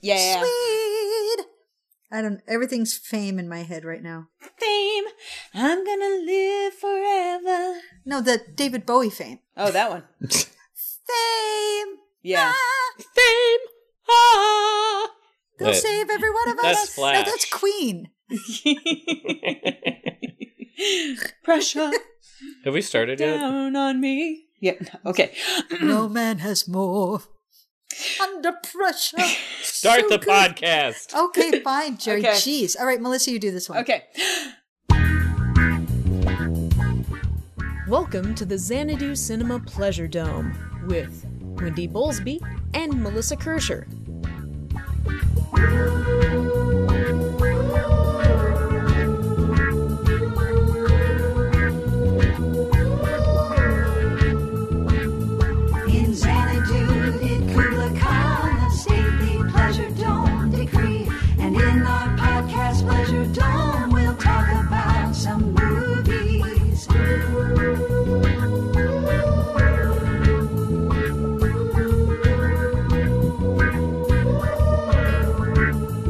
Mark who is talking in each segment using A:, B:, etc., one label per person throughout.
A: Yeah.
B: Sweet. I don't. Everything's fame in my head right now.
A: Fame. I'm gonna live forever.
B: No, the David Bowie fame.
A: Oh, that one.
B: Fame.
A: Yeah.
B: Ah,
A: Fame. Ah.
B: they'll
C: Wait.
B: save every one of us.
C: That's Flash.
B: No, that's Queen.
A: Pressure
C: Have we started yet?
A: down on me. Yep. Okay.
B: no man has more. Under pressure.
C: Start
B: So
C: the
B: good.
C: podcast.
B: Okay, fine, Jerry.
A: Okay.
B: Jeez. All right, Melissa, you do this one.
A: Okay.
D: Welcome to the Xanadu Cinema Pleasure Dome with Wendy Bowlesby and Melissa Kirscher.
E: In Xanadu did Kubla Khan of stately pleasure dome decree. And in our podcast, Pleasure Dome, we'll talk about some movies.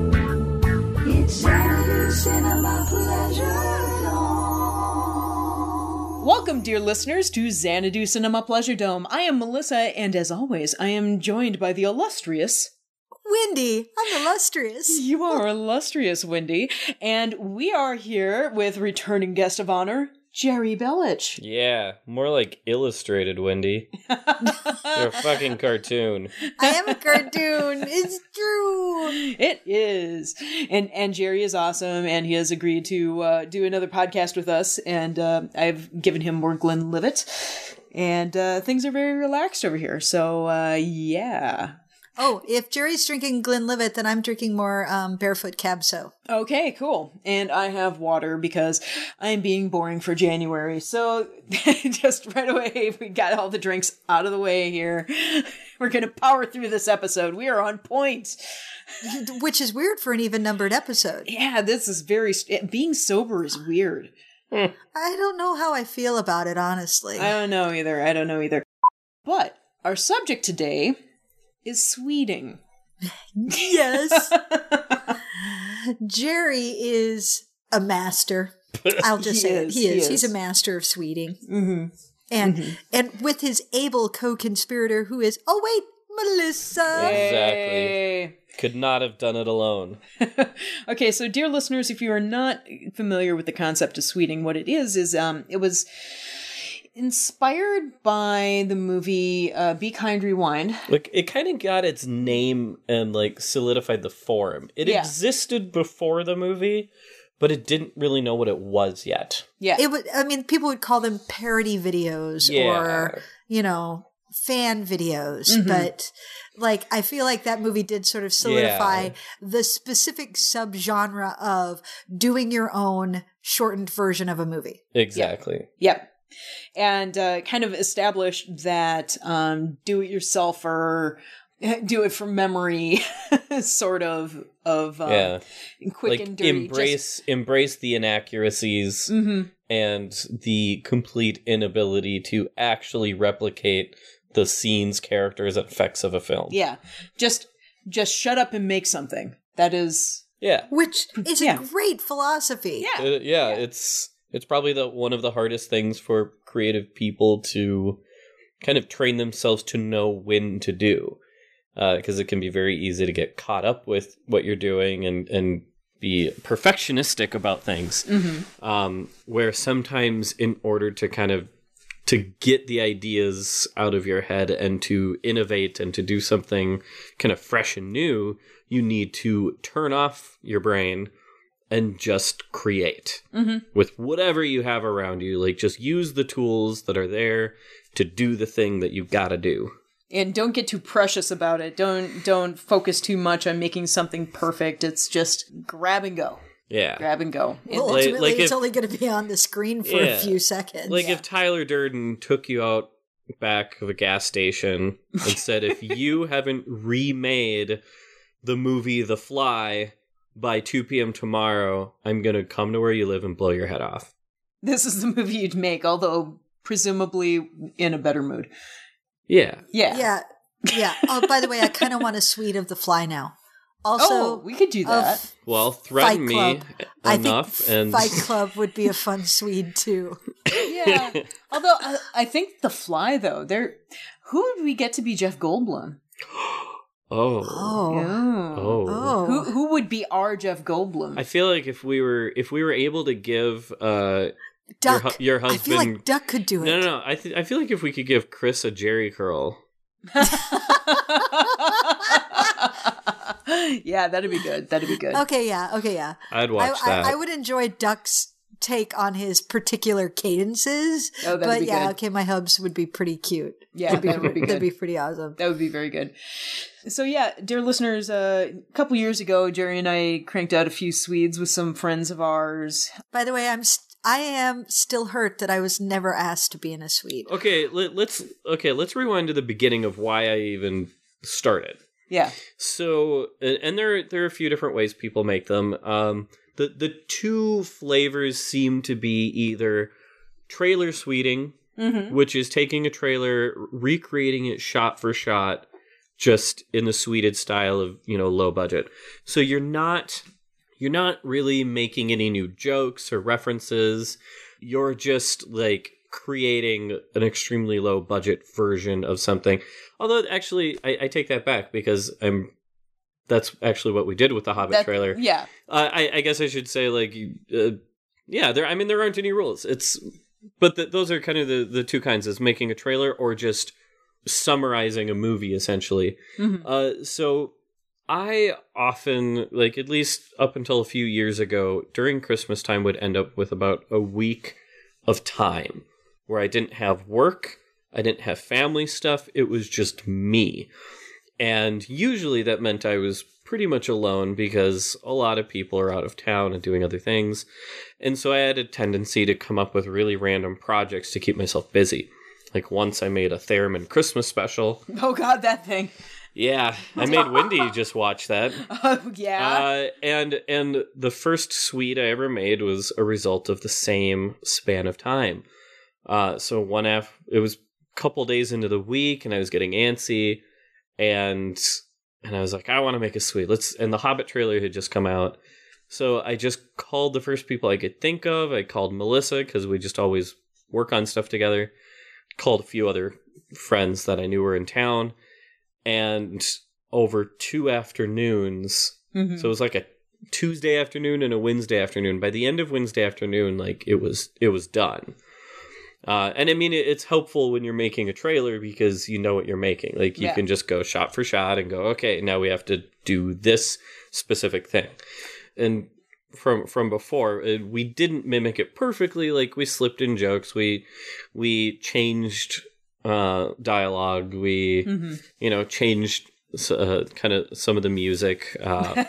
E: It's Xanadu Cinema Pleasure Dome.
A: Welcome, dear listeners, to Xanadu Cinema Pleasure Dome. I am Melissa, and as always, I am joined by the illustrious.
B: Windy, I'm illustrious.
A: You are illustrious, Wendy. And we are here with returning guest of honor, Jerry Bellich.
C: Yeah, more like illustrated, Wendy. You're a fucking cartoon.
B: I am a cartoon. It's true.
A: It is, and and Jerry is awesome, and he has agreed to uh, do another podcast with us, and uh, I've given him more Glenn Livett, and uh, things are very relaxed over here. So uh, yeah,
B: Oh, if Jerry's drinking Glenlivet, then I'm drinking more um, Barefoot Cabso.
A: okay, cool. And I have water because I'm being boring for January. So just right away, we got all the drinks out of the way here. We're gonna power through this episode. We are on point.
B: which is weird for an even numbered episode.
A: Yeah, this is very st- being sober is weird.
B: I don't know how I feel about it, honestly.
A: I don't know either. I don't know either. But our subject today is Sweeting.
B: yes. Jerry is a master. I'll just
A: He
B: say
A: is,
B: it. He
A: he
B: is.
A: is.
B: He's a master of sweeting.
A: Mm-hmm.
B: And and with his able co-conspirator who is oh wait, Melissa.
C: Exactly. Could not have done it alone.
A: okay, so dear listeners, if you are not familiar with the concept of Sweeting, what it is is um, it was inspired by the movie uh, Be Kind Rewind.
C: Like it kind of got its name and like solidified the form. It
A: Yeah.
C: existed before the movie, but it didn't really know what it was yet.
A: Yeah,
B: It would I mean people would call them parody videos or you know fan videos
C: Mm-hmm.
B: but like i feel like that movie did sort of solidify
C: Yeah.
B: the specific subgenre of doing your own shortened version of a movie
C: exactly.
A: Yep. And uh, kind of established that um, do it yourself or do it from memory sort of of um,
C: Yeah,
A: quick
C: like
A: and dirty.
C: embrace embrace the inaccuracies
A: hmm
C: and the complete inability to actually replicate the scenes, characters, and effects of a film.
A: Yeah. Just just shut up and make something. That is.
C: Hmm, yeah,
B: which is
A: Yeah.
B: a great philosophy
A: Yeah.
C: It- yeah, It's it's probably the one of the hardest things for creative people to kind of train themselves to know when to do, because it can be very easy to get caught up with what you're doing and and be perfectionistic about things. Um, where sometimes, in order to kind of to get the ideas out of your head and to innovate and to do something kind of fresh and new, you need to turn off your brain and just create
B: Mm-hmm.
C: with whatever you have around you. Like, just use the tools that are there to do the thing that you gotta do.
A: And don't get too precious about it. Don't don't focus too much on making something perfect. It's just grab and go,
C: Yeah.
A: grab and go.
B: well
C: Like-
B: ultimately
C: like
B: it's
C: if-
B: only going to be on the screen for
C: Yeah.
B: a few seconds
C: Like, if Tyler Durden took you out back of a gas station and said, if you haven't remade the movie The Fly by 2 p.m. tomorrow, I'm gonna come to where you live and blow your head off.
A: This is the movie you'd make, although presumably in a better mood.
C: Yeah.
A: Yeah.
B: yeah yeah oh by the way i kind of want a suite of the fly now Also,
A: oh, we could do that.
B: of
C: Well, threaten
B: Fight
C: me
B: Club. I think
C: enough, and
B: Fight Club would be a fun Swede too.
A: yeah. Although I, I think the fly though, there. Who would we get to be Jeff Goldblum?
C: oh,
B: Oh,
A: Oh.
C: oh,
B: oh,
A: Who who would be our Jeff Goldblum?
C: I feel like if we were if we were able to give uh your,
B: Duck.
C: hu- your
B: I feel
C: husband
B: like Duck could do it.
C: no no no I th- I feel like if we could give Chris a Jerry curl
A: yeah, that'd be good. That'd be good.
B: Okay, yeah, okay, yeah.
C: I'd
B: I,
C: watch that
B: I, I would enjoy Duck's take on his particular cadences.
A: Oh, that'd
B: but
A: be
B: yeah,
A: good.
B: okay, my hubs would be pretty cute.
A: Yeah,
B: That'd be-
A: that would be
B: that'd
A: good.
B: be pretty awesome.
A: That would be very good. So yeah, dear listeners, uh, a couple years ago, Jerry and I cranked out a few Swedes with some friends of ours.
B: By the way, I'm st- I am still hurt that I was never asked to be in a suite.
C: okay let, let's okay let's rewind to the beginning of why I even started
A: Yeah,
C: So, and and there there are a few different ways people make them. Um, the the two flavors seem to be either trailer sweeting,
A: Mm-hmm.
C: which is taking a trailer, recreating it shot for shot, just in the sweeted style of you know low budget. So you're not you're not really making any new jokes or references. You're just like creating an extremely low budget version of something. Although, actually, I, I take that back because I'm. That's actually what we did with the Hobbit
A: That-
C: trailer.
A: Yeah,
C: Uh, I, I guess I should say like, you- uh, yeah, there. I mean, there aren't any rules. It's, but th those are kind of the the two kinds: is making a trailer or just summarizing a movie, essentially.
A: Mhm.
C: Uh, so I often like, at least up until a few years ago, during Christmas time, would end up with about a week of time where I didn't have work, I didn't have family stuff. It was just me. And usually that meant I was pretty much alone because a lot of people are out of town and doing other things. And so I had a tendency to come up with really random projects to keep myself busy. Like once I made a Theremin Christmas special.
A: Oh God, that thing.
C: Yeah, I made Wendy just watch that.
A: Oh yeah.
C: Uh, and and the first suite I ever made was a result of the same span of time. Uh, so one af it was a couple days into the week, and I was getting antsy, and and I was like, I want to make a suite. Let's. And the Hobbit trailer had just come out, so I just called the first people I could think of. I called Melissa because we just always work on stuff together. Called a few other friends that I knew were in town, and over two afternoons
A: Mhm.
C: so it was like a Tuesday afternoon and a Wednesday afternoon. By the end of Wednesday afternoon, like it was it was done. Uh, and I mean, it, it's helpful when you're making a trailer because you know what you're making. Like you
A: Yeah.
C: can just go shot for shot and go, okay, now we have to do this specific thing. And from from before, uh, we didn't mimic it perfectly. Like we slipped in jokes, we we changed uh, dialogue, we you know changed uh, kind of some of the music. Uh,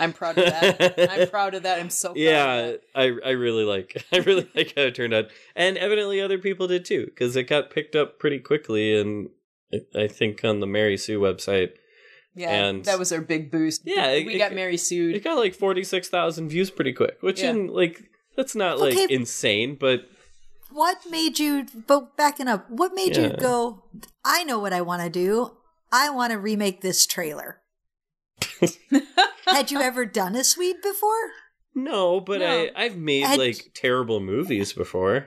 A: I'm proud of that. I'm proud of that. I'm so proud Of
C: yeah
A: that.
C: i i really like i really like how it turned out and evidently other people did too because it got picked up pretty quickly and I- i think on the mary sue website
A: Yeah,
C: And-
A: that was our big boost.
C: Yeah, it-
A: we
C: it-
A: got Mary sued.
C: it got like 46000 views pretty quick which
A: Yeah.
C: in like that's not like
B: Okay.
C: insane but
B: What made you? But backing up, what made you
C: Yeah.
B: go? I know what I want to do. I want to remake this trailer. Had you ever done a Swede before?
C: no but
A: No.
C: i i've made
B: I-
C: like terrible movies before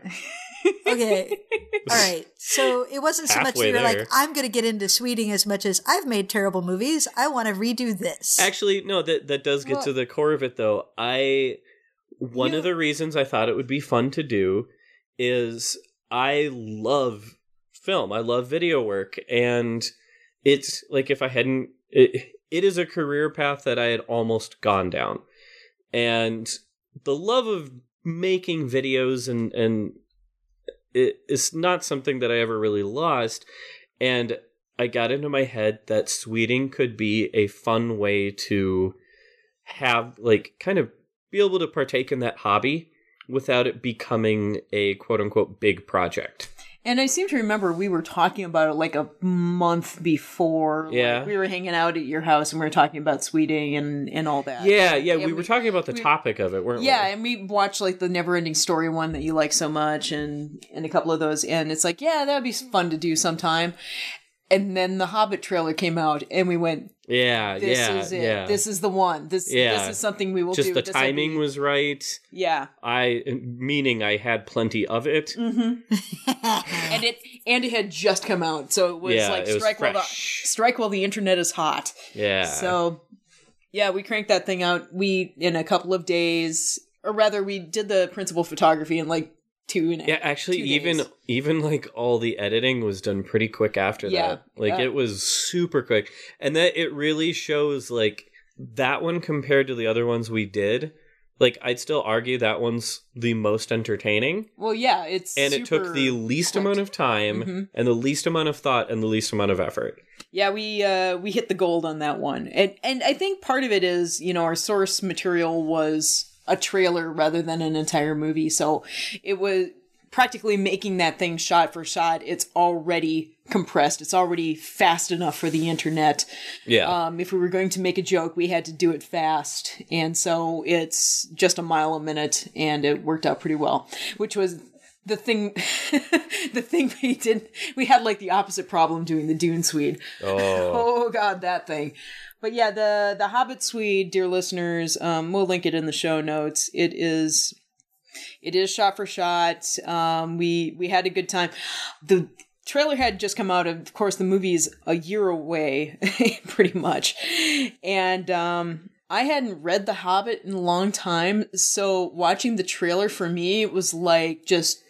B: Okay. All right. So it wasn't so much that
C: Halfway
B: you were
C: there.
B: like, I'm going to get into Sweding as much as I've made terrible movies. I want to redo this.
C: Actually, no, that that does get to the core of it though. I one of the reasons I thought it would be fun to do is I love film. I love video work and it's like if I hadn't it, it is a career path that I had almost gone down. And the love of making videos and and it, it's not something that I ever really lost and I got into my head that sweeting could be a fun way to have like kind of be able to partake in that hobby without it becoming a quote unquote big project.
A: And I seem to remember we were talking about it like a month before. Like,
C: Yeah.
A: we were hanging out at your house and we were talking about sweeting and and all that.
C: Yeah, yeah, we,
A: we-
C: were talking about the
A: we-
C: topic of it, weren't
A: Yeah,
C: we?
A: and we watched like the never ending story one that you like so much and and a couple of those and it's like, yeah, that would be fun to do sometime. and then the Hobbit trailer came out, and we went,
C: Yeah,
A: "This
C: yeah,
A: is it.
C: yeah.
A: This is the one. This
C: Yeah.
A: this is something we will
C: Just
A: do."
C: the
A: This'll
C: timing
A: be-
C: was right.
A: yeah,
C: I meaning I had plenty of
A: Mm,
C: it.
A: Mm-hmm. and it and it had just come out, so it was
C: Yeah,
A: like
C: it was
A: strike while the
C: fresh.
A: strike while the internet is hot.
C: Yeah.
A: So, yeah, we cranked that thing out. We in a couple of days, or rather, we did the principal photography in like two and a
C: yeah, actually,
A: two
C: even
A: days.
C: even like all the editing was done pretty quick after
A: Yeah,
C: that. Like
A: yeah.
C: it was super quick, and that it really shows like that one compared to the other ones we did. Like I'd still argue that one's the most entertaining,
A: Well, yeah, it's
C: and it took
A: super-
C: the least
A: quick.
C: amount of time
A: Mhm.
C: and the least amount of thought and the least amount of effort.
A: Yeah, we uh we hit the gold on that one. And and I think part of it is, you know, our source material was a trailer rather than an entire movie. So it was practically making that thing shot for shot. It's already compressed. It's already fast enough for the internet.
C: Yeah,
A: Um if we were going to make a joke, we had to do it fast. And so it's just a mile a minute and it worked out pretty well, which was the thing the thing we did we had like the opposite problem doing the dune swede oh god that thing but yeah the the hobbit swede dear listeners um we'll link it in the show notes it is it is shot for shot um we we had a good time the trailer had just come out of course the movie's a year away pretty much and um I hadn't read The Hobbit in a long time, so watching the trailer for me was like just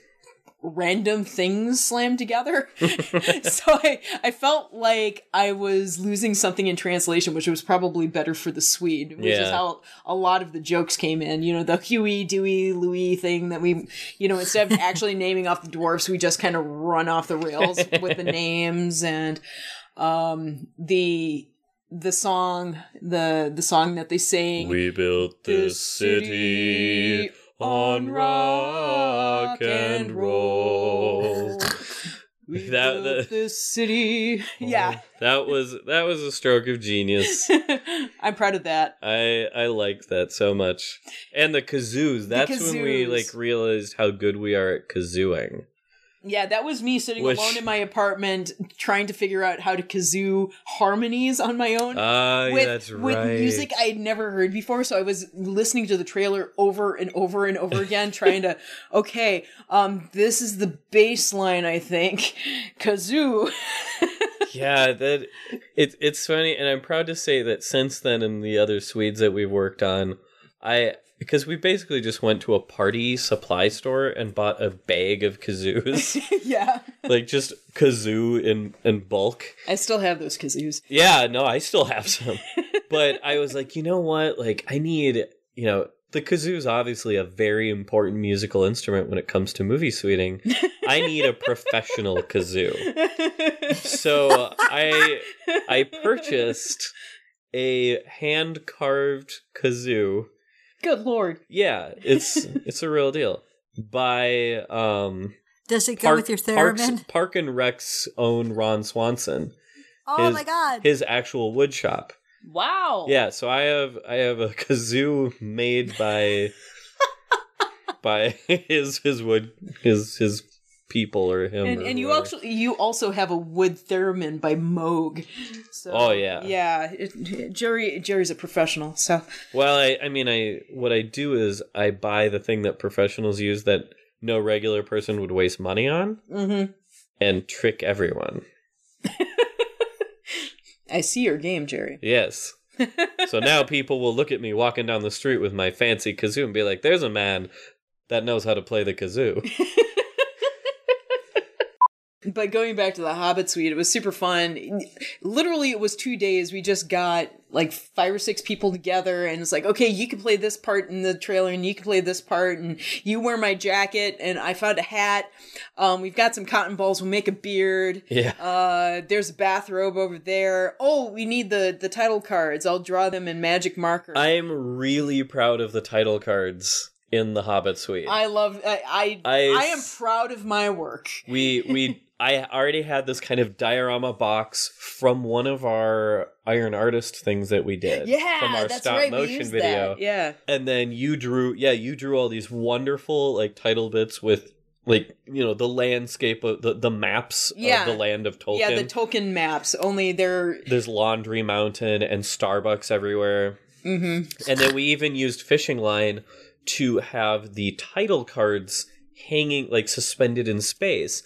A: random things slammed together. so I, I felt like I was losing something in translation, which was probably better for the Swede, which is
C: Yeah.
A: how a lot of the jokes came in. You know, the Huey, Dewey, Louie thing that we, you know, instead of actually naming off the dwarfs, we just kind of run off the rails with the names and um, the the song the the song that they sang
C: we built
A: this city on rock and roll. We
C: That-
A: built
C: that-
A: this city. Yeah,
C: that was that was a stroke of genius.
A: I'm proud of that.
C: I I liked that so much. And the kazoos. That's when we
A: kazoos.
C: like realized how good we are at kazooing.
A: Yeah, that was me sitting
C: Which-
A: alone in my apartment trying to figure out how to kazoo harmonies on my own.
C: Ah, yeah,
A: with,
C: that's
A: with
C: right.
A: music I had never heard before. So I was listening to the trailer over and over and over again, trying to, okay, um, this is the bass line, I think. Kazoo.
C: yeah, that it's it's funny, and I'm proud to say that since then, and the other Swedes that we've worked on, I because we basically just went to a party supply store and bought a bag of kazoos,
A: yeah.
C: like just kazoo in in bulk.
A: I still have those kazoos.
C: Yeah, no, I still have some. but I was like, you know what? Like, I need, you know, the kazoo is obviously a very important musical instrument when it comes to movie sweeting. I need a professional kazoo. So I I purchased a hand carved kazoo.
A: Good lord.
C: Yeah, it's it's a real deal. By um
B: Does it go with your
C: Parks-
B: theremin?
C: Park and Rec's own Ron Swanson,
B: oh
C: his-
B: my god!
C: his actual wood shop.
A: Wow.
C: Yeah, so I have I have a kazoo made by by his his wood his his people or him.
A: And,
C: or
A: and you
C: whoever.
A: actually you also have a wood theremin by Moog. So,
C: Oh, yeah.
A: yeah. it- Jerry Jerry's a professional, so
C: well, I I mean I what I do is I buy the thing that professionals use that no regular person would waste money on
A: mhm.
C: and trick everyone.
A: I see your game, Jerry.
C: Yes. so now people will look at me walking down the street with my fancy kazoo and be like, "There's a man that knows how to play the kazoo."
A: But going back to the Hobbit suite, it was super fun. Literally, it was two days. We just got like five or six people together, and it's like, okay, you can play this part in the trailer, and you can play this part, and you wear my jacket, and I found a hat. Um, we've got some cotton balls. We'll make a beard.
C: Yeah.
A: Uh, there's a bathrobe over there. Oh, we need the the title cards. I'll draw them in magic marker.
C: I'm really proud of the title cards in the Hobbit suite.
A: I love. I I,
C: I-
A: I am proud of my work.
C: we we I already had this kind of diorama box from one of our iron artist things that we did.
A: Yeah,
C: from our
A: that's
C: stop
A: right. we
C: motion
A: used
C: video.
A: that. Yeah.
C: And then you drew yeah, you drew all these wonderful like title bits with like you know the landscape of the, the maps
A: Yeah.
C: of the land of Tolkien.
A: Yeah, the Tolkien maps. Only they're
C: There's Laundry Mountain and Starbucks everywhere. Mm-hmm. And then we even used fishing line to have the title cards hanging like suspended in space.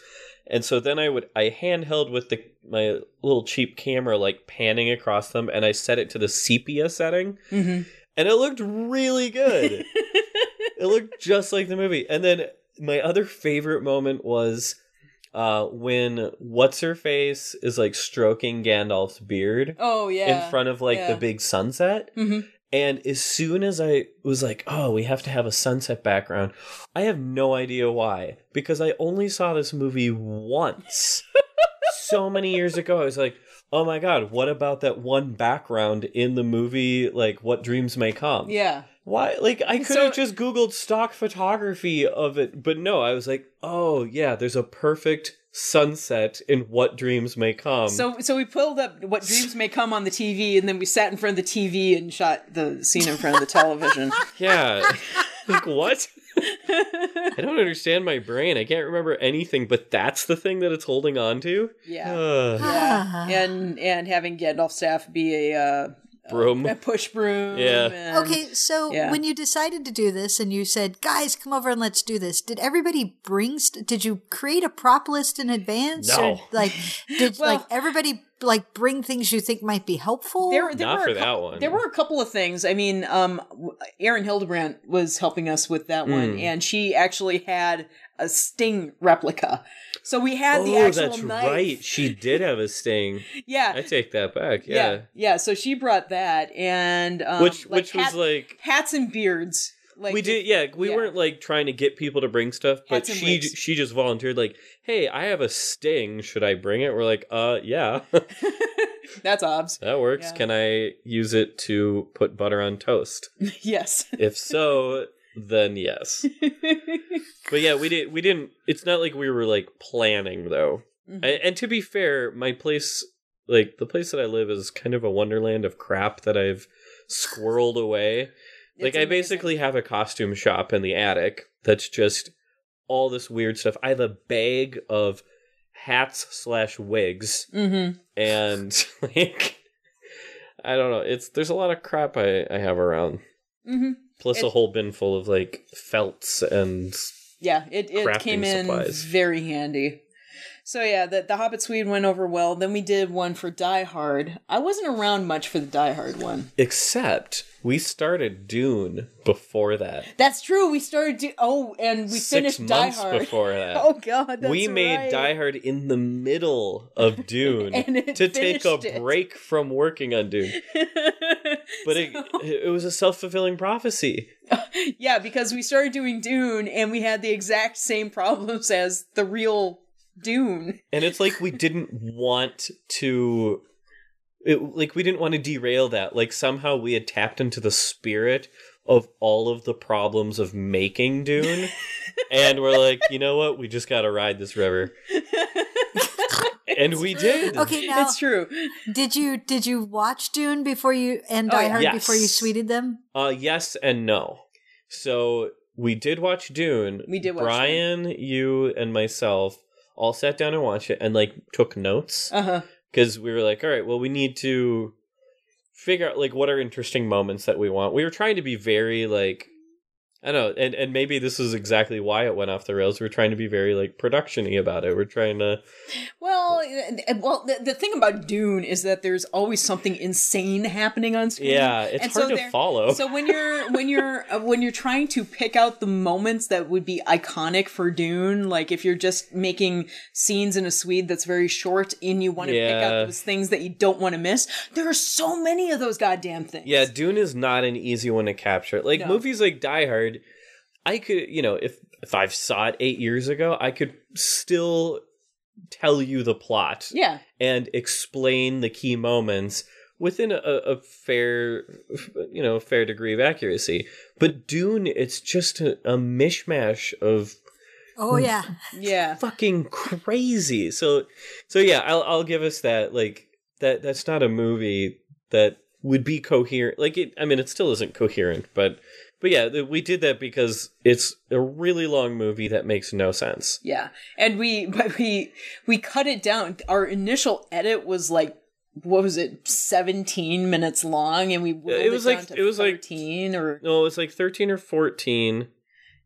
C: And so then I would I handheld with the my little cheap camera like panning across them and I set it to the sepia setting.
A: mm-hmm.
C: And it looked really good. it looked just like the movie. And then my other favorite moment was uh, when what's her face is like stroking Gandalf's beard
A: oh yeah
C: in front of like
A: yeah. Mm-hmm.
C: the big sunset. And as soon as I was like, oh, we have to have a sunset background, I have no idea why. Because I only saw this movie once so many years ago. I was like, oh my God, what about that one background in the movie, like What Dreams May Come?
A: Yeah.
C: Why? Like, I could have just Googled stock photography of it, but no, I was like, oh yeah, there's a perfect sunset in What Dreams May Come.
A: So so we pulled up what dreams may come on the TV, and then we sat in front of the TV and shot the scene in front of the television.
C: Yeah. like what? I don't understand my brain. I can't remember anything, but that's the thing that it's holding on to.
A: Yeah. Oh,
C: Ugh,
A: yeah, and and having Gandalf staff be a uh,
C: broom.
A: a push broom.
C: Yeah.
A: and-
B: okay, so
A: yeah.
B: when you decided to do this and you said, guys, come over and let's do this, did everybody bring, st- did you create a prop list in advance?
C: No.
B: like, did
A: Well-
B: like everybody like bring things you think might be helpful?
A: There, there
C: Not
A: were a
C: for
A: couple-
C: that one.
A: There were a couple of things. I mean, um, Aaron Hildebrandt was helping us with that one,
C: Hmm.
A: and she actually had a sting replica. So we had the
C: Oh,
A: actual
C: that's
A: knife.
C: right. She did have a sting.
A: Yeah,
C: I take that back.
A: yeah,
C: Yeah.
A: yeah, So she brought that, and um,
C: Which
A: like
C: which was
A: hat-
C: like
A: hats and beards. Like
C: we did yeah, we
A: yeah.
C: weren't like trying to get people to bring stuff, but
A: Hats and
C: she
A: wigs.
C: she just volunteered like, "Hey, I have a sting. Should I bring it?" We're like, "Uh, yeah."
A: That's obs.
C: that works.
A: Yeah.
C: Can I use it to put butter on toast?
A: Yes.
C: if so then yes but yeah we did we didn't it's not like we were like planning though
A: Mm-hmm.
C: A- and to be fair my place like the place that i live is kind of a wonderland of crap that i've squirreled away like
A: It's
C: i
A: amazing.
C: basically have a costume shop in the attic that's just all this weird stuff i have a bag of hats slash wigs
A: Mm-hmm.
C: and like i don't know it's there's a lot of crap i, I have around
A: Mm-hmm.
C: plus a
A: It-
C: whole bin full of like felts and
A: Yeah, it, it
C: Crafting
A: came in
C: supplies.
A: very handy. So yeah, the the Hobbit Swede went over well. Then we did one for Die Hard. I wasn't around much for the Die Hard one.
C: except we started dune before that
A: That's true. We started. Do- oh, and we
C: six
A: finished Die
C: months
A: Hard.
C: before that
A: Oh God, that's
C: we made
A: right.
C: Die Hard in the middle of Dune
A: And it
C: to take a
A: finished it.
C: break from working on Dune. But it, it was a self fulfilling prophecy.
A: Yeah, because we started doing Dune, and we had the exact same problems as the real Dune.
C: And it's like we didn't want to. It, like we didn't want to derail that. Like somehow we had tapped into the spirit of all of the problems of making Dune, and we're like, you know what? We just got to ride this river, and we did.
B: okay, now
A: That's true.
B: did you did you watch Dune before you and
A: Oh,
B: Die
A: yeah.
B: Hard before you
C: Yes.
B: sweeted them?
C: Uh, yes and no. So we did watch Dune.
A: We did watch
C: Brian, you, and myself all sat down and watched it, and like took notes.
A: Uh huh.
C: because we were like, all right, well, we need to figure out like what are interesting moments that we want. We were trying to be very like, I don't know, and and maybe this is exactly why it went off the rails. We are trying to be very like production-y about it. We're trying to
A: Well, and- and- well, the, the thing about Dune is that there's always something insane happening on screen.
C: yeah, it's
A: Mm-hmm. And so
C: hard to
A: there-
C: follow.
A: So when you're when you're uh, when you're trying to pick out the moments that would be iconic for Dune, like if you're just making scenes in a Swede that's very short, and you want to pick
C: Yeah.
A: out those things that you don't want to miss, there are so many of those goddamn things.
C: yeah, Dune is not an easy one to capture. Like
A: No.
C: movies like Die Hard, I could you know if if I've saw it eight years ago, I could still tell you the plot.
A: yeah,
C: and explain the key moments within a, a fair you know fair degree of accuracy but dune it's just a, a mishmash of
B: Oh
C: Hmm.
B: yeah.
A: yeah.
C: fucking crazy so so yeah i'll, I'll give us that like that that's not a movie that would be coherent. Like it, I mean, it still isn't coherent, but but yeah, th- we did that because it's a really long movie that makes no sense.
A: Yeah, and we but we we cut it down. Our initial edit was like what was it, seventeen minutes long, and we whittled
C: it was
A: down
C: like-
A: to
C: it was like-
A: thirteen or
C: No, it's like thirteen or fourteen,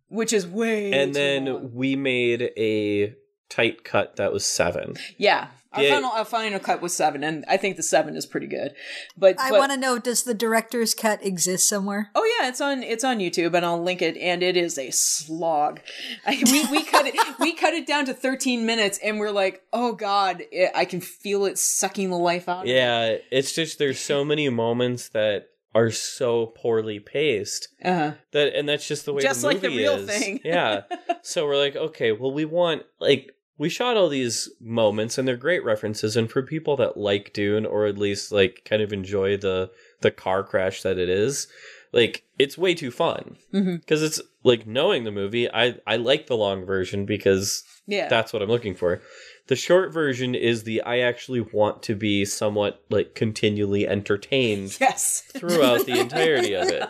A: which is way
C: and
A: too
C: then
A: long.
C: we made a tight cut that was seven.
A: yeah. Our,
C: Yeah.
A: final, our final cut was seven, and I think the seven is pretty good. But
B: I
A: but-
B: want to know does the director's cut exist somewhere?
A: Oh yeah, it's on it's on YouTube, and I'll link it. And it is a slog. I, we we cut it we cut it down to 13 minutes, and we're like, oh god, it, I can feel it sucking the life out. of me.
C: Yeah, it's just there's so many moments that are so poorly paced
A: Uh-huh.
C: that, and that's just the way
A: Just
C: the
A: like the
C: movie
A: real
C: is.
A: thing.
C: yeah. So we're like, okay, well, we want like we shot all these moments, and they're great references, and for people that like Dune or at least like kind of enjoy the the car crash that it is. Like it's way too fun because
A: Mhm.
C: it's like knowing the movie. I I like the long version because
A: yeah.
C: that's what I'm looking for. The short version is the I actually want to be somewhat like continually entertained
A: yes.
C: throughout the entirety of it.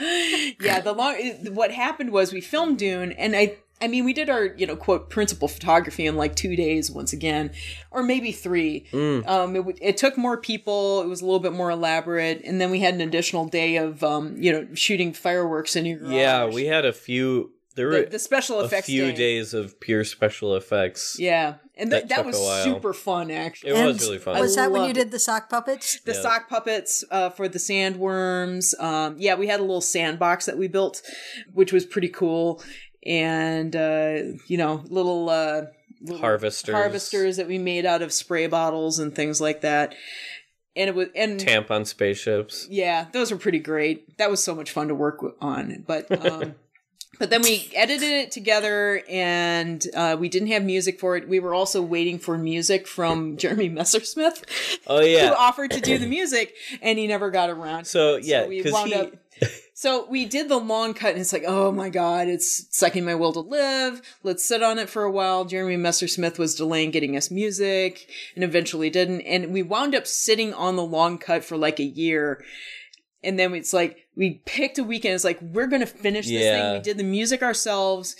A: yeah, the long. it- What happened was we filmed Dune, and I. I mean, we did our, you know, quote, principal photography in like two days once again, or maybe three.
C: Mm.
A: Um, it, w- it took more people. It was a little bit more elaborate. And then we had an additional day of, um, you know, shooting fireworks in your garage.
C: Yeah, we had a few. There were
A: The, the special
C: a
A: effects
C: few
A: day.
C: days of pure special effects.
A: Yeah. And th-
C: That
A: that,
C: took a
A: was
C: while.
A: super fun, actually.
C: It was really fun.
B: Was
A: I
B: that when you
A: loved
B: did the sock puppets?
A: the
C: Yeah.
A: sock puppets uh, for the sandworms. Um, yeah, we had a little sandbox that we built, which was pretty cool, and uh, you know, little, uh, little
C: Harvesters.
A: harvesters that we made out of spray bottles and things like that. And it was and
C: Tampon spaceships.
A: yeah, those were pretty great. That was so much fun to work wi- on, but. Um, But then we edited it together, and uh, we didn't have music for it. We were also waiting for music from Jeremy Messersmith
C: Oh
A: who
C: yeah.
A: offered to do the music and he never got around to
C: So
A: it.
C: yeah,
A: we
C: because
A: wound
C: he
A: up so we did the long cut and it's like oh my god it's sucking my will to live let's sit on it for a while jeremy messersmith was delaying getting us music and eventually didn't and we wound up sitting on the long cut for like a year and then it's like we picked a weekend it's like we're gonna finish this
C: Yeah.
A: thing we did the music ourselves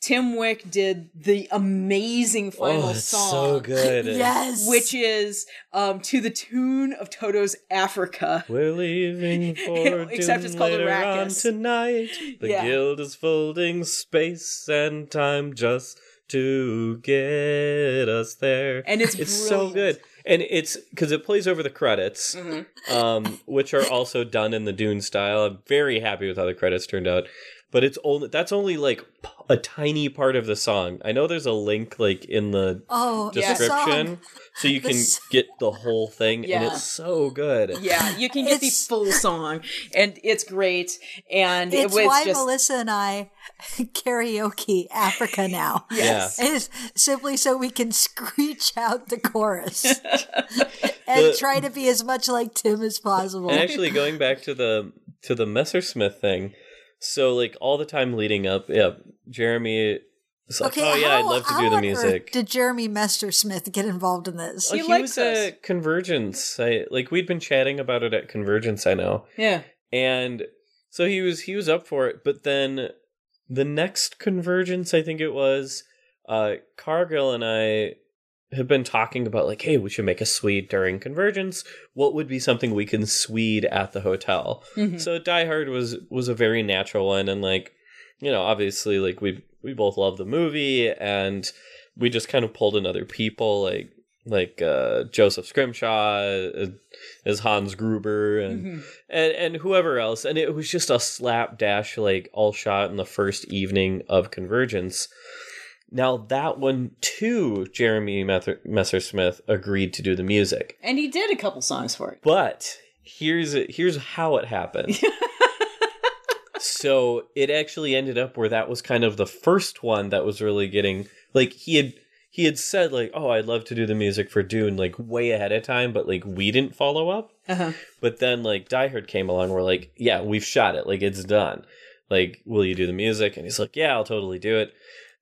A: tim wick did the amazing final
C: oh, it's
A: song
C: so good.
B: Yes.
A: which is um, to the tune of Toto's Africa.
C: We're leaving for
A: Except
C: Dune
A: it's called
C: later on
A: Arrakis.
C: tonight. The
A: Yeah.
C: guild is folding space and time just to get us there.
A: And it's
C: it's so
A: brilliant.
C: good, and it's because it plays over the credits,
A: Mm-hmm.
C: um, which are also done in the Dune style. I'm very happy with how the credits turned out. But it's only that's only like p- a tiny part of the song. I know there's a link like in the
B: oh, the
C: description,
B: song.
C: so you
B: The
C: can
B: s-
C: get the whole thing,
A: Yeah.
C: and it's so good.
A: Yeah, you can get the
B: It's-
A: full song, and it's great. And
B: It's
A: it was
B: why
A: just
B: Melissa and I karaoke Africa now.
A: Yes.
B: It's simply so we can screech out the chorus and
C: The-
B: try to be as much like Tim as possible.
C: And actually, going back to the to the Messersmith thing, so like all the time leading up, yeah, Jeremy is like, oh yeah, I'd
B: how-
C: love to
B: how
C: do the
B: on
C: music.
B: earth Did Jeremy Messersmith get involved in this?
C: Oh,
A: He
C: he
A: likes
C: was at Convergence. I, like we'd been chatting about it at Convergence. I know,
A: yeah,
C: and so he was he was up for it. But then the next Convergence, I think it was, uh, Cargill and I had been talking about like, hey, we should make a suite during Convergence. What would be something we can suite at the hotel?
A: Mhm.
C: So Die Hard was was a very natural one, and like you know, obviously, like we we both love the movie, and we just kind of pulled in other people, like like uh, Joseph Scrimshaw uh, as Hans Gruber and
A: Mhm.
C: and and whoever else, and it was just a slapdash, like all shot in the first evening of Convergence. Now that one too, Jeremy Mether- Messersmith agreed to do the music.
A: and he did a couple songs for it.
C: But here's here's how it happened. so it actually ended up where that was kind of the first one that was really getting like he had he had said like oh I'd love to do the music for Dune like way ahead of time, but like we didn't follow up.
A: Uh-huh.
C: But then like Die Hard came along, we're like yeah we've shot it like it's done. Like will you do the music? And he's like yeah I'll totally do it.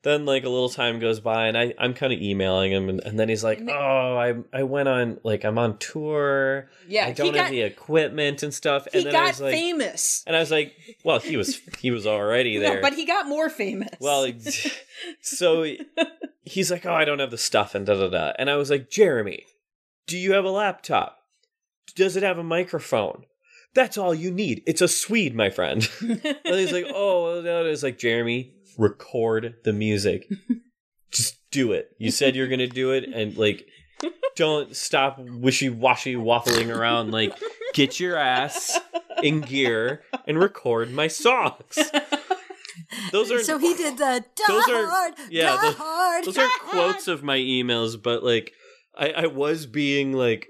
C: then like a little time goes by and I, I'm kind of emailing him and, and then he's like, Oh, I I went on like I'm on tour.
A: Yeah,
C: I
A: he
C: don't
A: got-
C: have the equipment and stuff.
A: He
C: and then I
A: got
C: was like
A: famous.
C: and I was like, Well, he was he was already there.
A: No, but he got more famous.
C: Well, ex- so he- he's like, "Oh, I don't have the stuff," and da da da. And I was like, "Jeremy, do you have a laptop? Does it have a microphone? That's all you need. It's a Swede, my friend." and he's like, "Oh, no." It's like, "Jeremy, record the music. Just do it. You said you're gonna do it, and like." Don't stop wishy washy waffling around. Like, get your ass in gear and record my songs. Those are
B: So he did the
C: Those
B: die
C: are-
B: hard,
C: yeah,
B: die
C: those-
B: hard.
C: those are
B: die
C: quotes of my emails, but like I, I was being like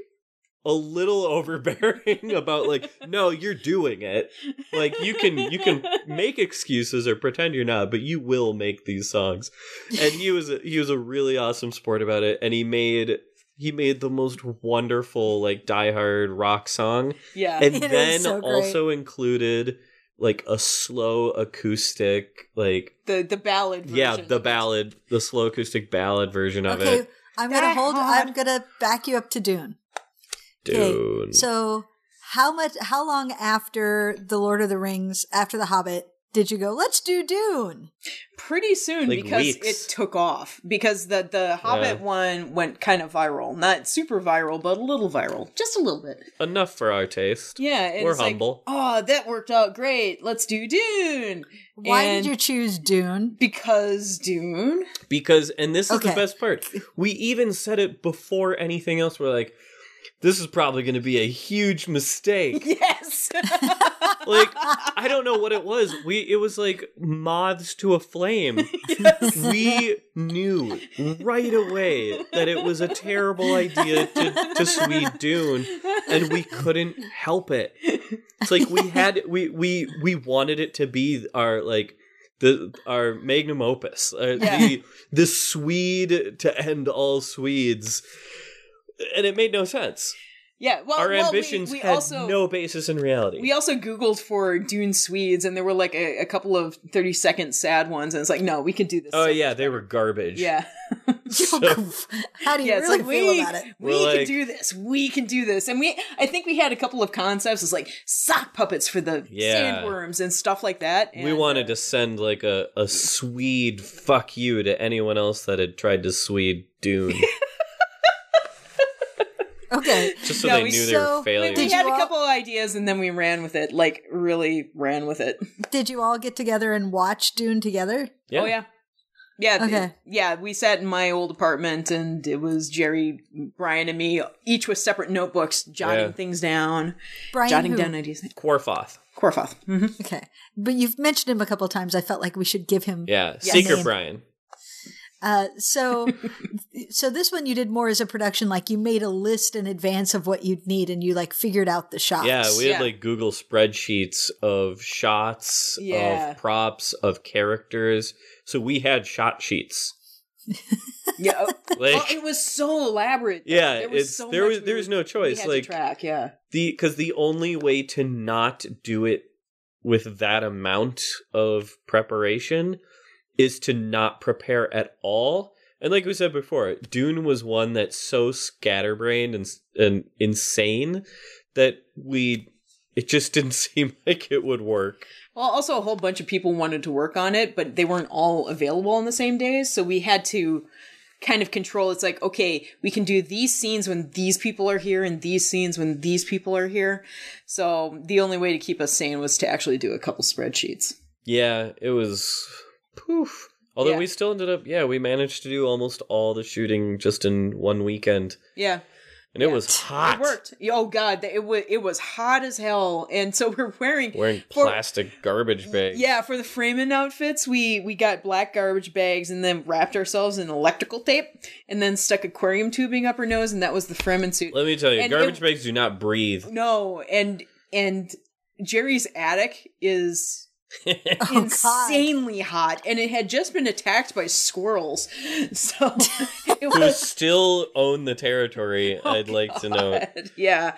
C: a little overbearing about like no you're doing it like you can you can make excuses or pretend you're not but you will make these songs and he was a, he was a really awesome sport about it and he made he made the most wonderful like diehard rock song
A: yeah.
C: and
B: It is
C: then
B: so great.
C: also included like a slow acoustic like
A: the the ballad version.
C: yeah, the ballad, the slow acoustic ballad version
B: hard.
C: of
B: Okay,
C: it.
B: I'm gonna
A: Die
B: hold.
A: hard.
B: I'm gonna back you up to Dune. okay,
C: Dude.
B: So how much? How long after the Lord of the Rings? After the Hobbit? Did you go? Let's do Dune.
A: pretty soon
C: Like
A: because
C: weeks. Uh.
A: it took off because the the Hobbit
C: Yeah.
A: one went kind of viral, not super viral, but a little viral, just a little bit.
C: Enough for our taste.
A: Yeah, and
C: We're
A: it's like,
C: humble.
A: oh, that worked out great. Let's do Dune.
B: Why
A: And
B: did you choose Dune?
A: Because Dune.
C: Because, and this is the
B: Okay.
C: best part, we even said it before anything else. We're like, this is probably going to be a huge mistake.
A: Yes.
C: like, I don't know what it was. We It was like moths to a flame. We knew right away that it was a terrible idea to, to Swede Dune, and we couldn't help it. It's like we had we we we wanted it to be our like the our magnum opus, uh, the the Swede to end all Swedes, and it made no sense.
A: yeah. Well,
C: Our
A: well, we-
C: ambitions
A: we,
C: had
A: also
C: no basis in reality.
A: we also googled for Dune Swedes, and there were like a, a couple of thirty second sad ones, and it's like, no, we can do this.
C: oh yeah, they were garbage.
A: yeah.
B: How do you
A: yeah, it's
B: really
A: like
B: feel
A: we,
B: about it?
A: we
C: We're
A: can
C: like-
A: do this. We can do this. And we, I think we had a couple of concepts. It's like sock puppets for the
C: Yeah.
A: sandworms and stuff like that.
C: we
A: and,
C: wanted
A: uh,
C: to send like a, a Swede fuck you to anyone else that had tried to Swede Dune,
B: Okay.
C: just so
A: No,
C: they
A: we-
C: knew they
B: so-
C: were
B: we-
C: failures.
A: We
B: Did
A: had
B: you
A: a
B: all-
A: couple ideas and then we ran with it. Like really ran with it.
B: Did you all get together and watch Dune together?
A: Oh yeah. Yeah, th-
B: Okay.
A: yeah, we sat in my old apartment and it was Jerry, Brian, and me, each with separate notebooks, jotting
C: Yeah.
A: things down,
B: Brian,
A: jotting
B: who-
A: down ideas.
C: Quarfoth.
A: Corfoth. Mhm.
B: Okay, but you've mentioned him a couple times. I felt like we should give him.
C: Yeah,
A: Yes.
C: Seeker
B: Name.
C: Brian.
B: Uh, so, so this one you did more as a production. Like you made a list in advance of what you'd need, and you like figured out the shots.
C: Yeah, we
A: Yeah.
C: had like Google spreadsheets of shots,
A: Yeah.
C: of props, of characters. So we had shot sheets.
A: Yeah. oh, well,
C: Like
A: it was so elaborate. though.
C: yeah,
A: there was
C: it's
A: so
C: there
A: much
C: was
A: we
C: there
A: were-
C: was no
A: we
C: choice.
A: had
C: Like
A: to track, yeah.
C: the because the only way to not do it with that amount of preparation is to not prepare at all. And like we said before, Dune was one that's so scatterbrained and and insane that we it just didn't seem like it would work.
A: Well, also a whole bunch of people wanted to work on it, but they weren't all available on the same days, so we had to kind of control it's like okay we can do these scenes when these people are here and these scenes when these people are here so the only way to keep us sane was to actually do a couple spreadsheets
C: Yeah, it was poof. Although
A: Yeah.
C: we still ended up, yeah, we managed to do almost all the shooting just in one weekend,
A: yeah
C: and it was hot.
A: it worked oh god it was it was hot as hell and so we're wearing
C: Wearing
A: for- Mm,
C: plastic garbage bags.
A: yeah for the framing outfits we we got black garbage bags and then wrapped ourselves in electrical tape and then stuck aquarium tubing up her nose and that was the framing suit
C: Let me tell you,
A: And
C: garbage
A: it-
C: bags do not breathe.
A: No, and and Jerry's attic is insanely hot, and it had just been attacked by squirrels, so it
C: Who
A: was.
C: still own the
A: Oh
C: territory? I'd like to know.
A: Yeah,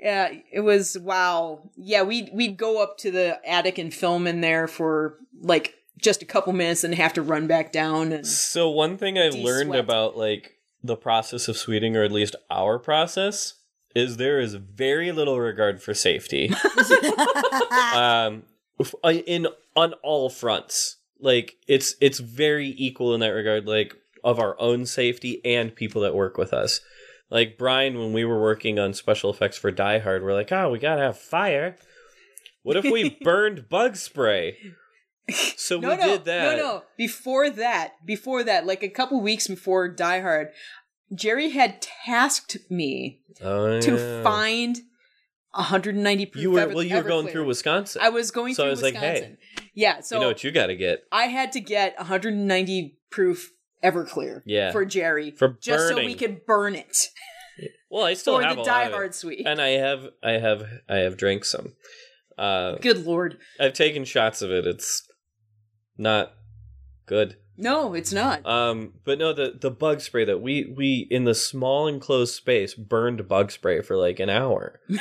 A: yeah, it was wow. Yeah, we would we'd go up to the attic and film in there for like just a couple minutes and have to run back down. And
C: So one thing I learned
A: De-sweat.
C: about like the process of sweeting, or at least our process, is there is very little regard for safety. um, f- in on all fronts, like it's it's very equal in that regard, like of our own safety and people that work with us. Like Brian, when we were working on special effects for Die Hard, we're like, oh, we gotta have fire. What if we burned bug spray? So
A: no,
C: we
A: no,
C: did
A: no,
C: that.
A: no. Before that, before that, like a couple weeks before Die Hard, Jerry had tasked me
C: Oh,
A: to
C: yeah.
A: find 190 proof.
C: you were
A: ever-
C: well you were going
A: Everclear.
C: through wisconsin
A: I was going
C: So I
A: through
C: was like,
A: Wisconsin.
C: hey,
A: yeah, so
C: you know what you got to get
A: I had to get 190 proof Everclear
C: Yeah.
A: for Jerry
C: For
A: just so we
C: burning.
A: could burn it
C: well i still
A: for
C: have
A: the
C: a
A: Die
C: lot of it.
A: Hard suite.
C: and i have i have i have drank some uh
A: Good lord.
C: i've taken shots of it it's not good
A: No, it's not.
C: um but no the the bug spray that we we in the small enclosed space burned bug spray for like an hour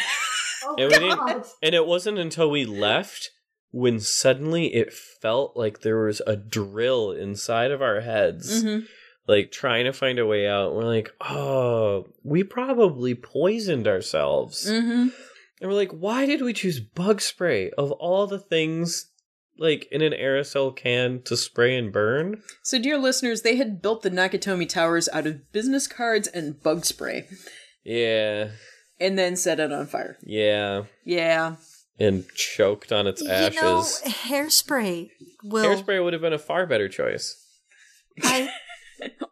B: Oh,
C: and we didn't and it wasn't until we left when suddenly it felt like there was a drill inside of our heads
A: Mhm.
C: like trying to find a way out. We're like, oh, we probably poisoned ourselves.
A: Mhm.
C: And we're like, why did we choose bug spray of all the things like in an aerosol can to spray and burn?
A: So, dear listeners, they had built the Nakatomi Towers out of business cards and bug spray
C: Yeah,
A: and then set it on fire.
C: yeah.
A: Yeah.
C: And choked on its
B: You know,
C: ashes.
B: hairspray will.
C: Hairspray would have been a far better choice.
B: I,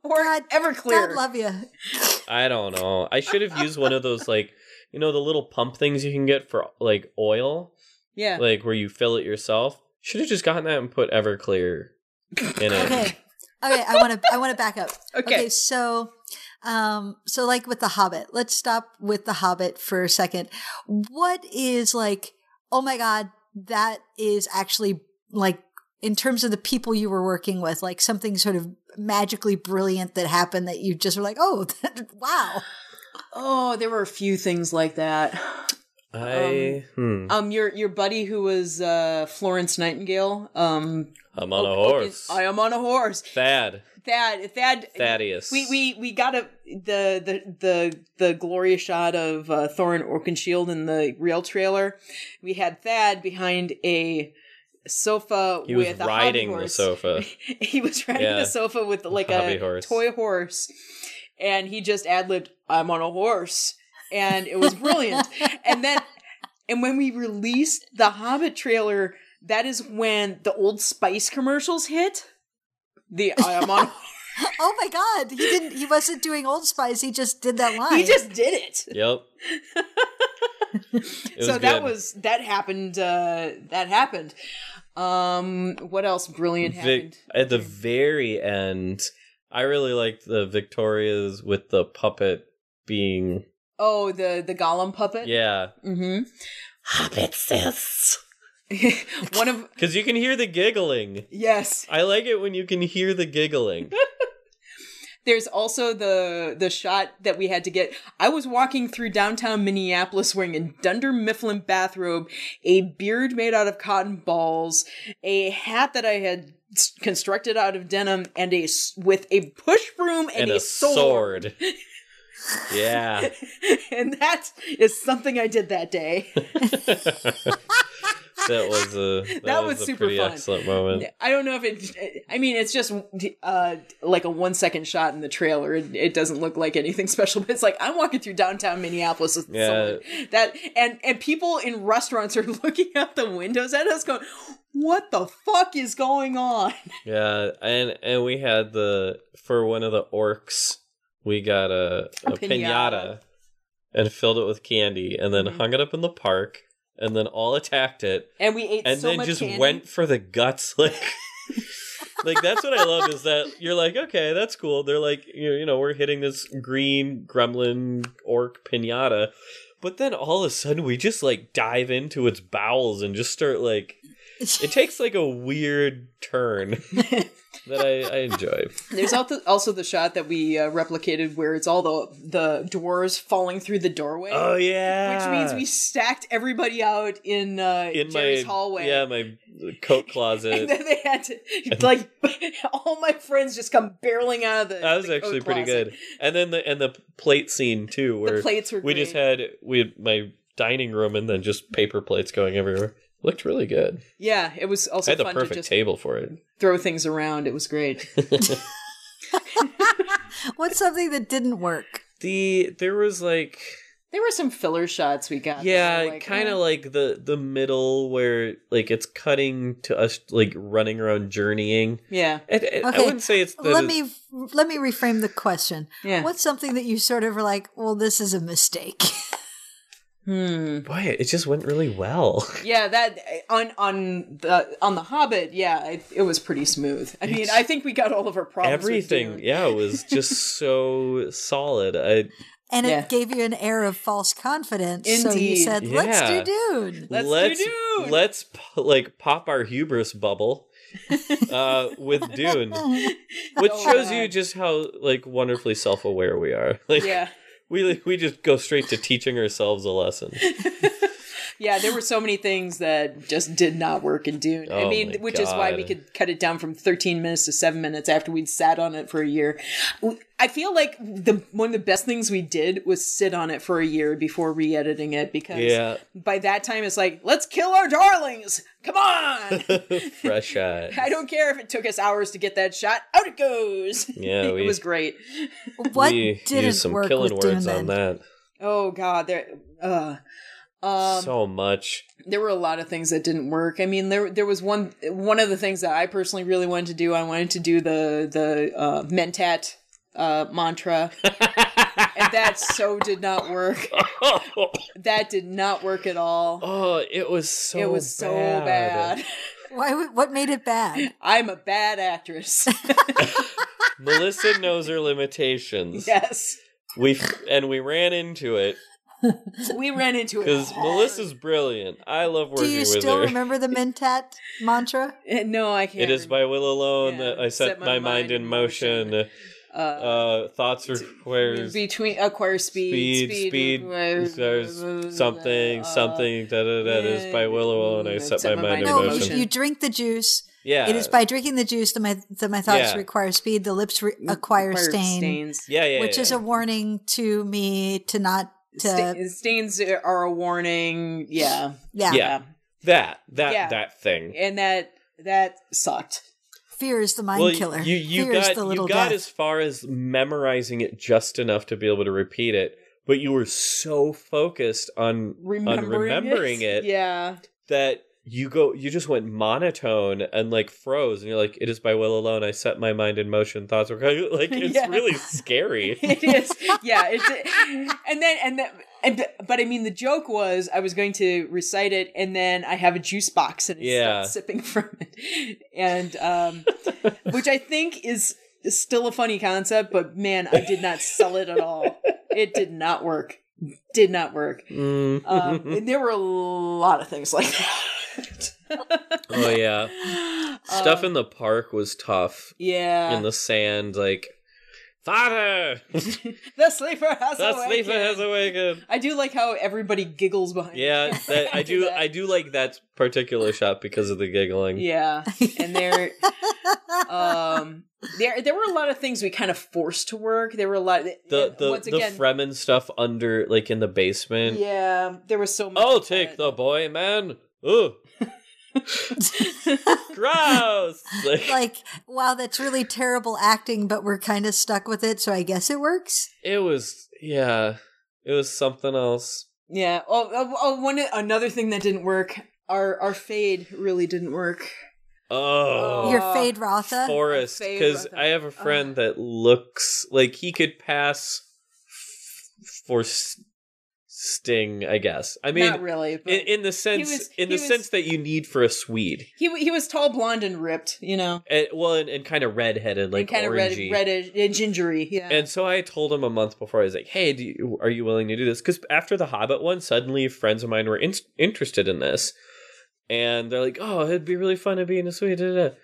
A: Or
B: God,
A: Everclear.
B: God love you.
C: I don't know. I should have used one of those like you know the little pump things you can get for like oil,
A: yeah.
C: like where you fill it yourself. Should have just gotten that and put Everclear in it.
B: Okay. Okay, I want to I want to back up.
A: Okay.
B: so um so like with the Hobbit, let's stop with the Hobbit for a second. What is like oh my god, that is actually like in terms of the people you were working with, like something sort of magically brilliant that happened that you just were like, "Oh, that, wow."
A: oh, there were a few things like that.
C: I hmm.
A: Um, your your buddy who was uh, Florence Nightingale. Um,
C: I'm on a
A: Oak- Oak-
C: horse.
A: I am on a horse.
C: Thad,
A: Thad, Thad,
C: Thaddeus.
A: We we we got a the the the the glorious shot of uh, Thorin Oakenshield in the rail trailer. We had Thad behind a sofa
C: He was
A: with a hobby
C: riding the
A: horse.
C: sofa.
A: he was riding
C: Yeah.
A: the sofa with like
C: Hobby
A: a
C: horse.
A: toy horse, and he just ad libbed, "I'm on a horse," and it was brilliant. and then, and when we released the Hobbit trailer, that is when the Old Spice commercials hit. The I am on.
B: Oh my god, he didn't he wasn't doing Old Spice, he just did that line.
A: he just did it.
C: Yep. It
A: so that
C: good.
A: was that happened. Uh, that happened. Um, what else brilliant
C: Vic-
A: happened?
C: at the very end. I really liked the Victorias with the puppet being
A: Oh, the the Gollum puppet.
C: yeah,
A: Mm-hmm.
C: puppet sis.
A: One of
C: Because you can hear the giggling.
A: yes.
C: I like it when you can hear the giggling.
A: There's also the the shot that we had to get. I was walking through downtown Minneapolis wearing a Dunder Mifflin bathrobe, a beard made out of cotton balls, a hat that I had s- constructed out of denim, and a s- with a push broom and,
C: and a sword. yeah.
A: and that is something I did that day.
C: That was a that,
A: was
C: a
A: super
C: pretty
A: fun.
C: excellent moment.
A: I don't know if it. I mean, it's just uh, like a one second shot in the trailer. It, it doesn't look like anything special, but it's like I'm walking through downtown Minneapolis with
C: Yeah.
A: someone that, and and people in restaurants are looking out the windows at us, going, "What the fuck is going on?"
C: Yeah, and and we had the for one of the orcs, we got a, a,
A: piñata.
C: pinata. and filled it with candy, and then
A: Mm-hmm.
C: hung it up in the park, and then all attacked it,
A: And we ate
C: and
A: so
C: then
A: much
C: just
A: candy.
C: went for the guts, like. like that's what I love is that you're like okay that's cool they're like you you know we're hitting this green gremlin orc pinata, but then all of a sudden we just like dive into its bowels and just start like It takes like a weird turn that I, I enjoy.
A: There's also also the shot that we uh, replicated where it's all the the dwarves falling through the doorway,
C: Oh yeah,
A: which means we stacked everybody out in uh,
C: in
A: Jerry's
C: my
A: hallway.
C: Yeah, my coat
A: And
C: closet.
A: then they had to like all my friends just come barreling out of the.
C: that was
A: the coat
C: actually pretty
A: closet.
C: good. And then the and the plate scene too, where
A: The plates were.
C: we
A: great.
C: just had we had my dining room and then just paper plates going everywhere. Looked really good.
A: Yeah, it was
C: I
A: also
C: had the
A: fun to
C: perfect
A: just
C: table for it.
A: throw things around. It was great.
B: What's something that didn't work?
C: The there was like
A: there were some filler shots we got. that
C: yeah,
A: were like,
C: kind
A: eh.
C: of like the the middle where like it's cutting to us like running around journeying.
A: Yeah,
C: It, it- I
B: Okay,
C: wouldn't say it's the
B: let me let me reframe the question.
A: yeah.
B: What's something that you sort of were like, well, this is a mistake?
A: Hmm.
C: boy. It just went really well.
A: Yeah, that on on the on the Hobbit. Yeah, it, it was pretty smooth. I mean, I think we got all of our problems. with
C: Everything,
A: Dune.
C: yeah, was just so solid. I
B: And
A: Yeah.
B: it gave you an air of false confidence. So you
A: Indeed.
B: said, let's do
C: Yeah.
B: Dune.
A: Let's do
C: let's
A: Dune!
C: let's p- like pop our hubris bubble uh, with Dune, which
A: Oh,
C: shows
A: God.
C: you just how like wonderfully self aware we are. Like
A: Yeah,
C: we we just go straight to teaching ourselves a lesson.
A: yeah. There were so many things that just did not work in Dune. I
C: Oh
A: mean,
C: my
A: which is why we
C: God.
A: could cut it down from thirteen minutes to seven minutes after we'd sat on it for a year. I feel like the one of the best things we did was sit on it for a year before re-editing it because
C: Yeah,
A: by that time it's like let's kill our darlings. Come on.
C: fresh eyes.
A: I don't care if it took us hours to get that shot. Out it goes.
C: Yeah, we-
A: it was great.
B: What
C: we
B: didn't
C: used some
B: work
C: killing
B: with Dune
C: words
B: then?
C: on that
A: Oh God, there. Uh, um,
C: so much.
A: there were a lot of things that didn't work. I mean, there there was one one of the things that I personally really wanted to do. I wanted to do the the uh, Mentat uh, mantra, and that so did not work. That did not work at all.
C: Oh, it was so.
A: it was so bad.
B: Why? would- What made it bad?
A: I'm a bad actress.
C: Melissa knows her limitations.
A: yes,
C: We f- and we ran into it
A: we ran into it.
C: because Melissa's brilliant. I love
B: Do
C: working
B: you
C: with
B: still
C: her.
B: remember the Mentat mantra?
A: Uh, No, I can't.
C: It is by will alone
A: Yeah,
C: that I set, my, mind in motion.
A: Uh,
C: Uh, thoughts requires speed,
A: between acquire speed,
C: speed, speed requires something,
A: uh,
C: something. Da da da. It is by will alone I set my mind in
B: No,
A: Emotion.
B: you,
C: motion.
B: you drink the juice.
C: Yeah,
B: It is by drinking the juice that my that my thoughts
C: Yeah.
B: require speed. The lips re- acquire
A: acquire
B: stain,
A: Stains.
C: yeah, yeah.
B: which
C: yeah.
B: is a warning to me to not to
A: Sta- stains are a warning. Yeah,
B: yeah.
C: Yeah. that that
A: Yeah.
C: that thing.
A: and that that sucked.
B: Fear is the mind killer.
C: You you
B: Fear is
C: got
B: the
C: you
B: little
C: got
B: death.
C: as far as memorizing it just enough to be able to repeat it, but you were so focused on
A: Remembering,
C: on remembering it,
A: Yeah,
C: that you go you just went monotone and like froze and you're like it is by will alone i set my mind in motion thoughts were going like it's
A: Yeah.
C: really scary
A: it is. Yeah, it's and then and then. And, but I mean, the joke was I was going to recite it, and then I have a juice box and I
C: Yeah.
A: start sipping from it, and um, which I think is still a funny concept. But man, I did not sell it at all. It did not work. Did not work.
C: Mm.
A: Um, and there were a lot of things like that.
C: oh yeah stuff in the park was tough
A: Yeah,
C: in the sand like father
A: the sleeper has
C: the
A: awakened.
C: sleeper has awakened
A: I do like how everybody giggles behind.
C: yeah that, i do
A: that.
C: i do like that particular shot because of the giggling
A: Yeah, and there, um, there there were a lot of things we kind of forced to work. There were a lot.
C: the
A: and
C: the,
A: once
C: the
A: again,
C: fremen stuff under like in the basement
A: yeah, there was so much.
C: I'll
A: of
C: take
A: it.
C: the boy, man. Ugh. Gross. Like,
B: like, wow, that's really terrible acting, but we're kind of stuck with it, so I guess it works.
C: it was, yeah, it was something else.
A: yeah. Oh, oh, oh, one another thing that didn't work. Our our fade really didn't work.
C: Oh,
B: Your
A: Uh,
B: fade Rotha.
C: Forrest,
A: my
C: because
A: favorite.
C: I have a friend that looks like he could pass f- for s- Sting, I guess. I mean,
A: Not really. But
C: in, in the sense,
A: was-
C: in
A: he
C: the
A: was-
C: sense that you need for a Swede,
A: he he was tall, blonde, and ripped. You know,
C: and, well, and, and kind of redheaded, like
A: kind of red,
C: orangey.
A: reddish, uh, gingery. Yeah.
C: And so I told him a month before, I was like, hey, do you, are you willing to do this? Because after the Hobbit one, suddenly friends of mine were in- interested in this. and they're like, "Oh, it'd be really fun to be in a suite." da, da, da."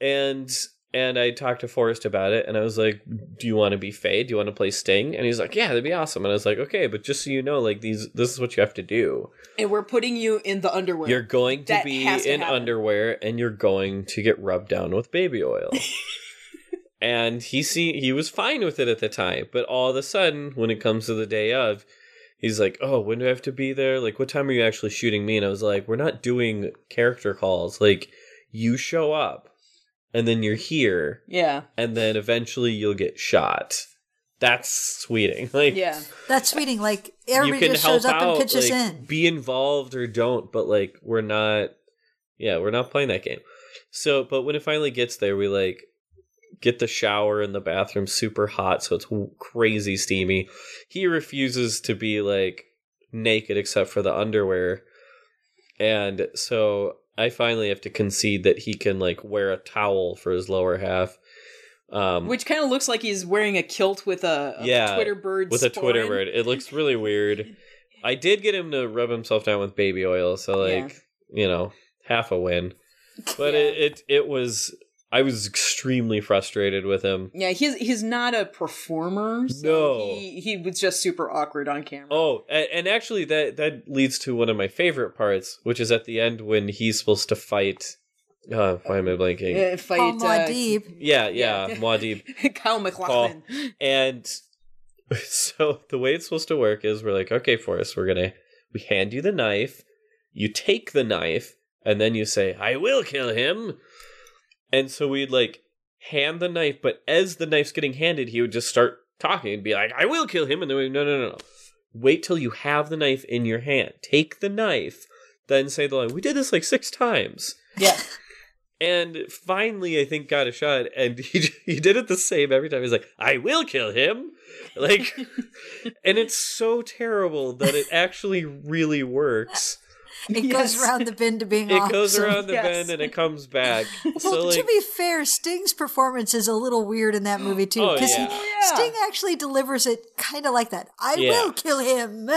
C: And and I talked to Forrest about it, and I was like, "Do you want to be Faye? Do you want to play Sting?" And he's like, "Yeah, that'd be awesome." And I was like, "Okay, but just so you know, like these, this is what you have to do.
A: And we're putting you in the underwear.
C: You're going to
A: That
C: be
A: has to
C: in
A: happen.
C: underwear, and you're going to get rubbed down with baby oil." and he see he was fine with it at the time, but all of a sudden, when it comes to the day of. He's like, oh, when do I have to be there? Like, what time are you actually shooting me? And I was like, we're not doing character calls. Like, you show up, and then you're here,
A: yeah.
C: and then eventually you'll get shot. That's sweeting. Like
A: Yeah.
B: That's sweeting. Like
C: you
B: everybody
C: can
B: just
C: help
B: shows up
C: out,
B: and pitches
C: like,
B: in.
C: be involved or don't, but like we're not. Yeah, we're not playing that game. So, but when it finally gets there, we like get the shower in the bathroom super hot, so it's w- crazy steamy. He refuses to be like naked except for the underwear, and so I finally have to concede that he can like wear a towel for his lower half. Um,
A: Which kind of looks like he's wearing a kilt with a, a
C: Yeah,
A: Twitter bird.
C: with a Twitter
A: sporran.
C: bird. It looks really weird. I did get him to rub himself down with baby oil, so
A: Yeah.
C: like you know, half a win. But it, it it was I was extremely frustrated with him.
A: Yeah, he's he's not a performer. So
C: No.
A: he, he was just super awkward on camera.
C: Oh, and, and actually that that leads to one of my favorite parts, which is at the end when he's supposed to fight. Uh, why am I blanking?
A: Uh, fight
B: Paul
A: uh,
B: Muad'Dib.
C: Yeah, yeah, Muad'Dib.
A: Kyle McLaughlin.
C: And so the way it's supposed to work is we're like, okay, Forrest, we're gonna we hand you the knife, you take the knife, and then you say, I will kill him. And so we'd like hand the knife, but as the knife's getting handed, he would just start talking and be like, I will kill him, and then we no no no no. Wait till you have the knife in your hand. Take the knife, then say the line. We did this like six times
A: Yeah.
C: and finally i think got a shot and he he did it the same every time he's like i will kill him like and it's so terrible that it actually really works
B: It
A: Yes.
B: goes around the bin to being
C: it goes
B: awesome.
C: around the
A: Yes.
C: bend and it comes back so
B: Well, to
C: like
B: be fair, Sting's performance is a little weird in that movie too,
C: Oh,
B: because
C: yeah.
A: Yeah.
B: Sting actually delivers it kind of like that. I
C: Yeah.
B: will kill him.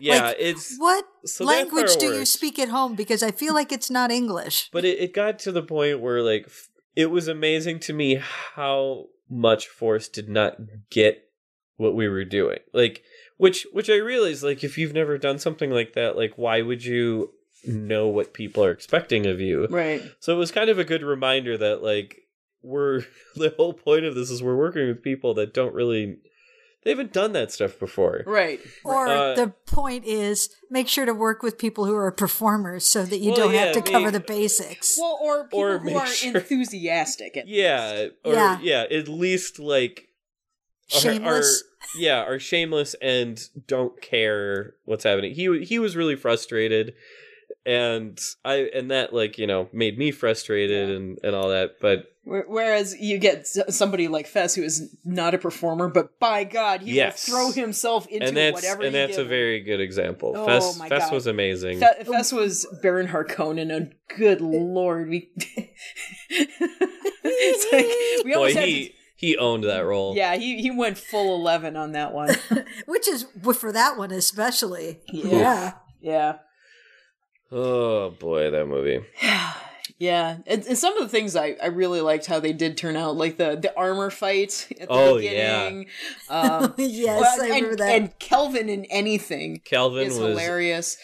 C: yeah
B: like,
C: it's
B: What
C: So that
B: language
C: part
B: do you
C: works.
B: speak at home? Because I feel like it's not English.
C: but it, it got to the point where like f- it was amazing to me how much force did not get what we were doing like which which i realized like if you've never done something like that like why would you know what people are expecting of you
A: Right.
C: so it was kind of a good reminder that like we're the whole point of this is we're working with people that don't really they haven't done that stuff before
A: Right.
B: Or
C: Uh,
B: the point is, make sure to work with people who are performers so that you
C: Well,
B: don't
C: yeah,
B: have to
C: I mean-
B: cover the basics.
A: Well, or people
C: Or
A: who
C: make
A: are
C: sure-
A: enthusiastic. At
C: yeah or yeah,
B: Yeah.
C: at least like are-
B: Shameless.
C: are- yeah are shameless and don't care what's happening he he was really frustrated and i and that like you know made me frustrated and and all that but
A: Where- Whereas you get s- somebody like Fess, who is not a performer, but by God, he
C: Yes.
A: will throw himself into
C: and that's
A: whatever.
C: and
A: you
C: that's
A: give
C: a
A: him.
C: very good example
A: Oh
C: fest
A: my
C: fest
A: God.
C: was amazing
A: Fe- Fess was Baron Harkonnen, and oh, good lord, we. it's like, we
C: boy
A: almost had
C: he he owned that role
A: to- yeah, he, he went full eleven on that one.
B: Which is well, for that one especially.
A: Yeah. yeah,
C: Oh boy, that movie.
A: yeah. And, and some of the things I, I really liked how they did turn out, like the the armor fight at the
C: Oh, yeah.
A: beginning. Yeah. Um,
B: yes,
A: well,
B: I remember
A: and,
B: that.
A: and Kelvin in anything
C: Calvin
A: is
C: was
A: hilarious.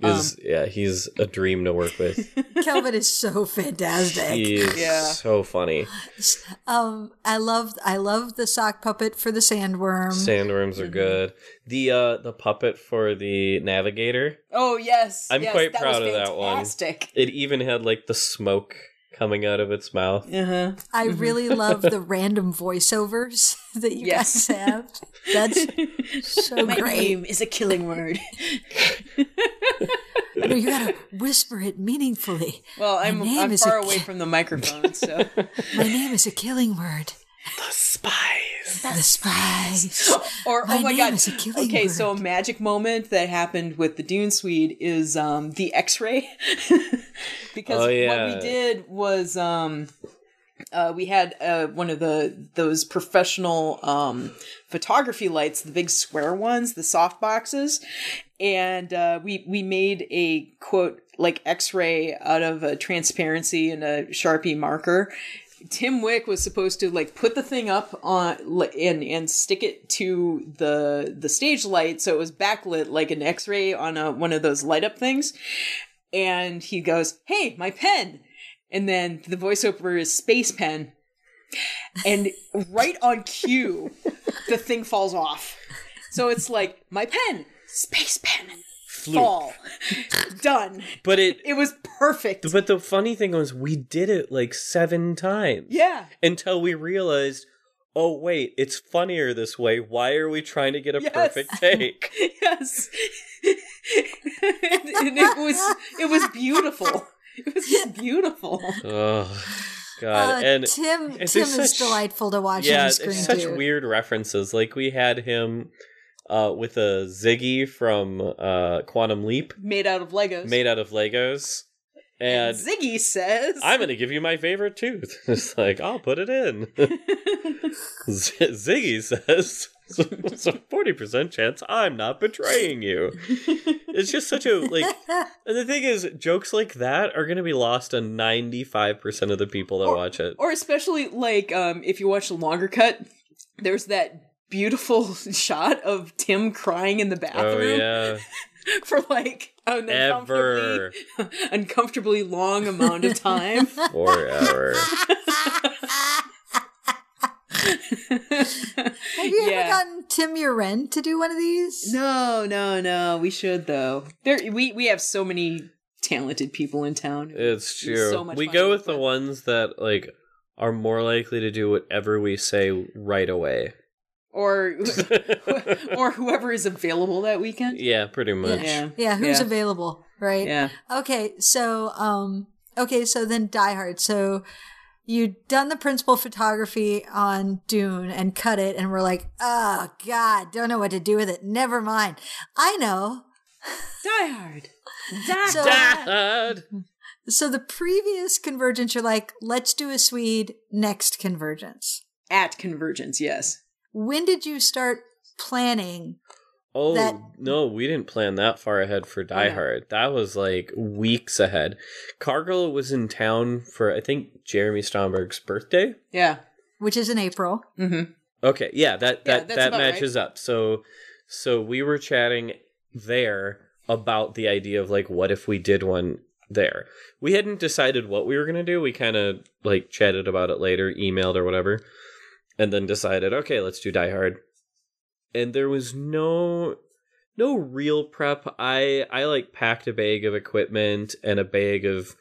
A: Um,
C: is yeah, he's a dream to work with.
B: Kelvin is so fantastic.
C: He is
A: Yeah.
C: so funny.
B: Um, I love I love the sock puppet for the
A: Um,
B: sandworm.
C: Sandworms
A: mm-hmm.
C: are good. The uh the puppet for the navigator.
A: Oh yes,
C: I'm
A: yes,
C: quite
A: that
C: proud
A: was
C: of that one.
A: Fantastic.
C: It even had like the smoke coming out of its mouth.
A: Uh huh.
B: I really love the random voiceovers that you
A: Yes.
B: guys have. That's so great.
A: is a killing word.
B: No, You gotta whisper it meaningfully.
A: Well, I'm
B: name
A: I'm
B: is
A: far
B: a
A: away
B: ki-
A: from the microphone, so
B: My name is a killing word.
C: Spies.
B: The spies.
C: Uh,
A: or
B: My
A: oh my
B: name
A: god.
B: is a killing
A: Okay,
B: word.
A: so a magic moment that happened with the Dune Swede is um the X-ray. because
C: Oh,
A: what
C: yeah.
A: we did was um uh, we had uh, one of the those professional um, photography lights, the big square ones, the soft boxes, and uh, we we made a quote like X-ray out of a transparency and a Sharpie marker. Tim Wick was supposed to like put the thing up on li- and and stick it to the the stage light so it was backlit like an X-ray on a, one of those light up things. And he goes, "Hey, my pen!" And then the voiceover is space pen. And right on cue, the thing falls off. So it's like my pen, space pen,
C: Fluke.
A: fall, done.
C: But it,
A: It was perfect.
C: but the funny thing was we did it like seven times.
A: Yeah.
C: Until we realized, oh wait, it's funnier this way. Why are we trying to get a
A: Yes.
C: perfect take?
A: Yes. and it was it was beautiful. It was just beautiful.
C: oh god.
B: Uh,
C: and
B: Tim Tim
C: it's
B: is
C: just such-
B: delightful to watch
C: yeah,
B: on the
C: it's
B: screen
C: such
B: too.
C: weird references. Like we had him uh, with a Ziggy from uh, Quantum Leap
A: Made out of Legos.
C: made out of Legos, and
A: Ziggy says
C: I'm gonna give you my favorite tooth. It's like I'll put it in. Z- Ziggy says it's a forty percent chance I'm not betraying you. It's just such a like. And the thing is, jokes like that are gonna be lost on ninety five percent of the people that watch it.
A: Or especially like um if you watch the longer cut, there's that beautiful shot of Tim crying in the
C: oh
A: bathroom
C: yeah,
A: for like an
C: ever
A: uncomfortably, uncomfortably long amount of time.
C: forever.
B: Have you
A: Yeah.
B: ever gotten Tim Uren to do one of these?
A: No, no, no. We should though. There, we we have so many talented people in town.
C: It's
A: It was
C: true.
A: so much
C: we
A: fun
C: go
A: to
C: with
A: work
C: the
A: with.
C: ones that like are more likely to do whatever we say right away.
A: Or or whoever is available that weekend.
C: yeah, pretty much.
A: Yeah.
B: Yeah, who's
A: Yeah.
B: available, right?
A: Yeah.
B: Okay, so um okay, so then Die Hard. So you done the principal photography on Dune and cut it and we're like, "Oh god, don't know what to do with it. Never mind." I know.
A: Die Hard. Die
B: So-
A: Hard.
C: Dad!
B: So the previous convergence you're like, "Let's do a Swede next convergence."
A: At Convergence, yes.
B: When did you start planning?
C: Oh
B: That-
C: no, we didn't plan that far ahead for Die
A: Okay.
C: Hard. That was like weeks ahead. Cargill was in town for I think Jeremy Stromberg's birthday.
A: Yeah.
B: Which is in April.
A: Mm-hmm.
C: Okay, yeah, that
A: Yeah,
C: that
A: that's
C: that
A: about right.
C: matches up. So so we were chatting there about the idea of like what if we did one there. We hadn't decided what we were going to do. We kind of like chatted about it later, emailed or whatever, and then decided, okay, let's do Die Hard. And there was no no real prep. I I like packed a bag of equipment and a bag of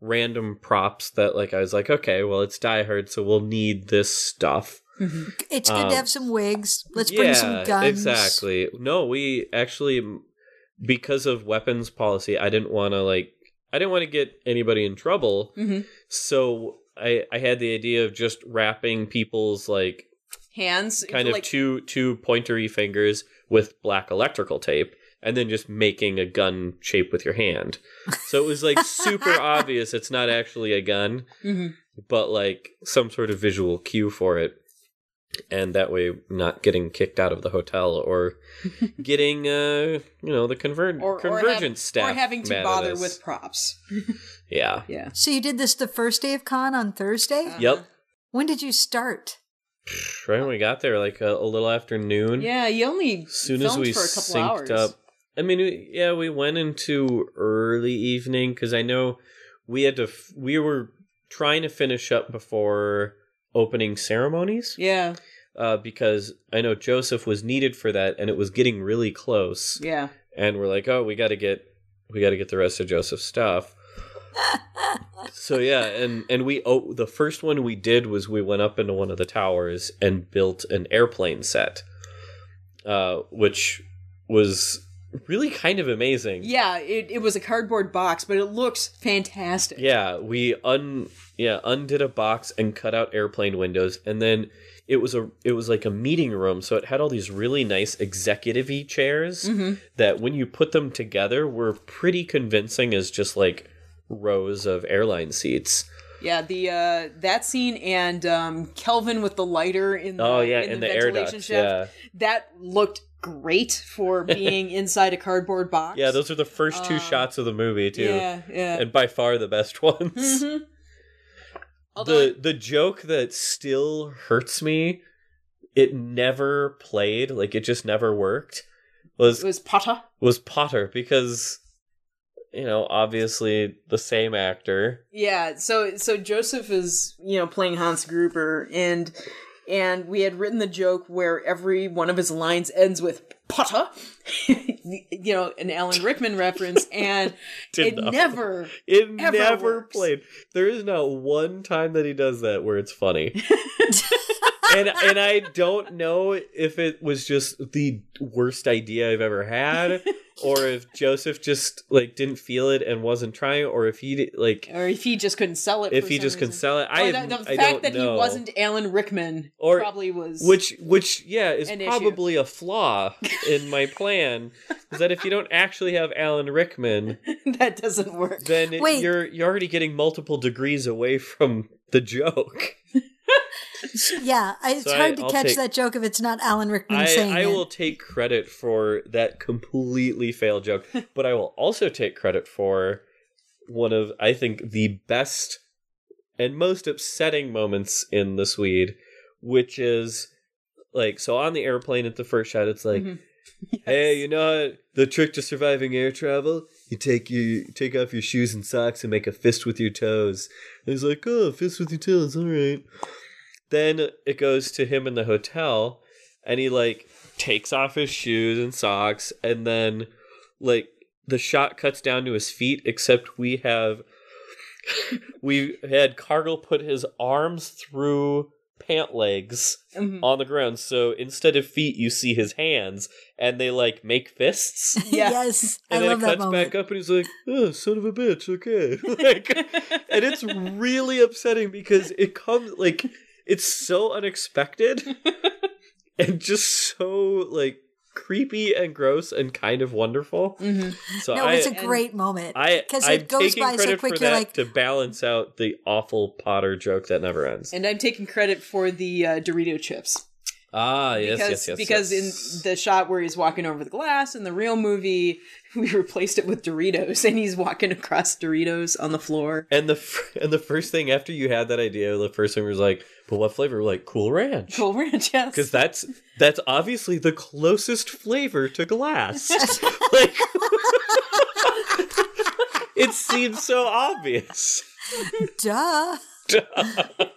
C: random props that like I was like, okay, well, it's Die Hard, so we'll need this stuff.
A: Mm-hmm.
B: It's good
C: Um,
B: to have some wigs. Let's bring some guns.
C: Exactly. No, we actually because of weapons policy, I didn't want to like I didn't want to get anybody in trouble.
B: Mm-hmm.
A: Mhm.
C: So I I had the idea of just wrapping people's like
A: Hands into,
C: kind of
A: like
C: two two pointery fingers with black electrical tape and then just making a gun shape with your hand. So it was like super obvious it's not actually a gun
A: Mhm.
C: but like some sort of visual cue for it and that way not getting kicked out of the hotel or getting uh you know the conver-
A: or, or,
C: convergence
A: hav-
C: staff
A: or having
C: mad
A: to
C: at
A: bother
C: us.
A: with props.
C: yeah
A: Yeah.
B: So you did this the first day of con on Thursday?
A: Uh-huh.
C: yep
B: When did you start?
C: right when we got there like a, a little after noon
A: Yeah, you only
C: soon
A: filmed
C: as we
A: for a couple
C: synced
A: hours.
C: up i mean we- yeah we went into early evening because i know we had to f- we were trying to finish up before opening ceremonies
A: Yeah.
C: uh, because I know Joseph was needed for that, and it was getting really close.
A: Yeah.
C: And we're like, oh, we got to get, we got to get the rest of Joseph's stuff. so yeah, and and we oh, the first one we did was we went up into one of the towers and built an airplane set, uh, which was really kind of amazing.
A: Yeah, it, it was a cardboard box, but it looks fantastic.
C: Yeah, we un yeah undid a box and cut out airplane windows, and then it was a it was like a meeting room, so it had all these really nice executive-y chairs
A: Mm-hmm.
C: that when you put them together were pretty convincing as just like rows of airline seats.
A: Yeah, the uh that scene and um Kelvin with the lighter in the
C: Oh yeah,
A: in
C: and
A: the,
C: the, air
A: ventilation
C: ducts.
A: shaft. That looked great for being inside a cardboard box.
C: Yeah, those are the first two
A: Um,
C: shots of the movie too,
A: Yeah, yeah.
C: and by far the best ones.
A: Mhm. Although
C: the the joke that still hurts me, it never played, like it just never worked. Was
A: it was Potter.
C: was Potter because you know, obviously the same actor.
A: Yeah, so so Joseph is, you know, playing Hans Gruber and and we had written the joke where every one of his lines ends with Potter, you know, an Alan Rickman reference, and
C: Did
A: it
C: not.
A: never.
C: It
A: ever
C: never
A: works.
C: played. There is not one time that he does that where it's funny. and and I don't know if it was just the worst idea I've ever had or if Joseph just like didn't feel it and wasn't trying or if he di- like
A: Or if he just couldn't sell it.
C: if
A: for
C: he
A: some
C: just
A: reason.
C: can sell it. I
A: Or
C: have-
A: the, the
C: I
A: fact
C: don't
A: that
C: know.
A: he wasn't Alan Rickman
C: Or-
A: probably was.
C: which which yeah is
A: An issue.
C: probably a flaw in my plan is that if you don't actually have Alan Rickman
A: that doesn't work.
C: then it-
B: Wait.
C: you're you're already getting multiple degrees away from the joke.
B: Yeah, I, it's
C: So I-
B: hard to
C: I'll
B: catch
C: take-
B: that joke if it's not Alan Rickman saying
C: I, I
B: it.
C: will take credit for that completely failed joke, but I will also take credit for one of I think the best and most upsetting moments in the Swede, which is like so on the airplane at the first shot, it's like,
A: Mhm.
C: hey, you know what? the trick to surviving air travel? You take you take off your shoes and socks and make a fist with your toes. And he's like, oh, fist with your toes, all right. Then it goes to him in the hotel, and he like takes off his shoes and socks, and then like the shot cuts down to his feet. Except we have we had Cargill put his arms through pant legs
A: Mhm.
C: on the ground, so instead of feet, you see his hands, and they like make fists.
A: Yeah.
B: yes, I
C: And then
B: love
C: it cuts
B: that moment.
C: back up, and he's like, "Oh, son of a bitch, okay." Like, and it's really upsetting because it comes like it's so unexpected and just so like creepy and gross and kind of wonderful.
A: Mhm.
C: So
B: Mm-hmm. no,
C: I,
B: it's a great moment.
C: I,
B: 'cause
C: I'm
B: it goes
C: taking
B: by so
C: credit
B: quick,
C: for
B: you're
C: that
B: like-
C: to balance out the awful Potter joke that never ends.
A: And I'm taking credit for the uh, Dorito chips.
C: ah, yes,
A: because,
C: yes, yes.
A: because in the shot where he's walking over the glass in the real movie we replaced it with doritos and he's walking across doritos on the floor
C: and the f- and the first thing after you had that idea, the first thing was like, "But what flavor?" We're like, "Cool Ranch."
A: cool ranch yes
C: because that's that's obviously the closest flavor to glass. like, it seems so obvious.
B: Duh.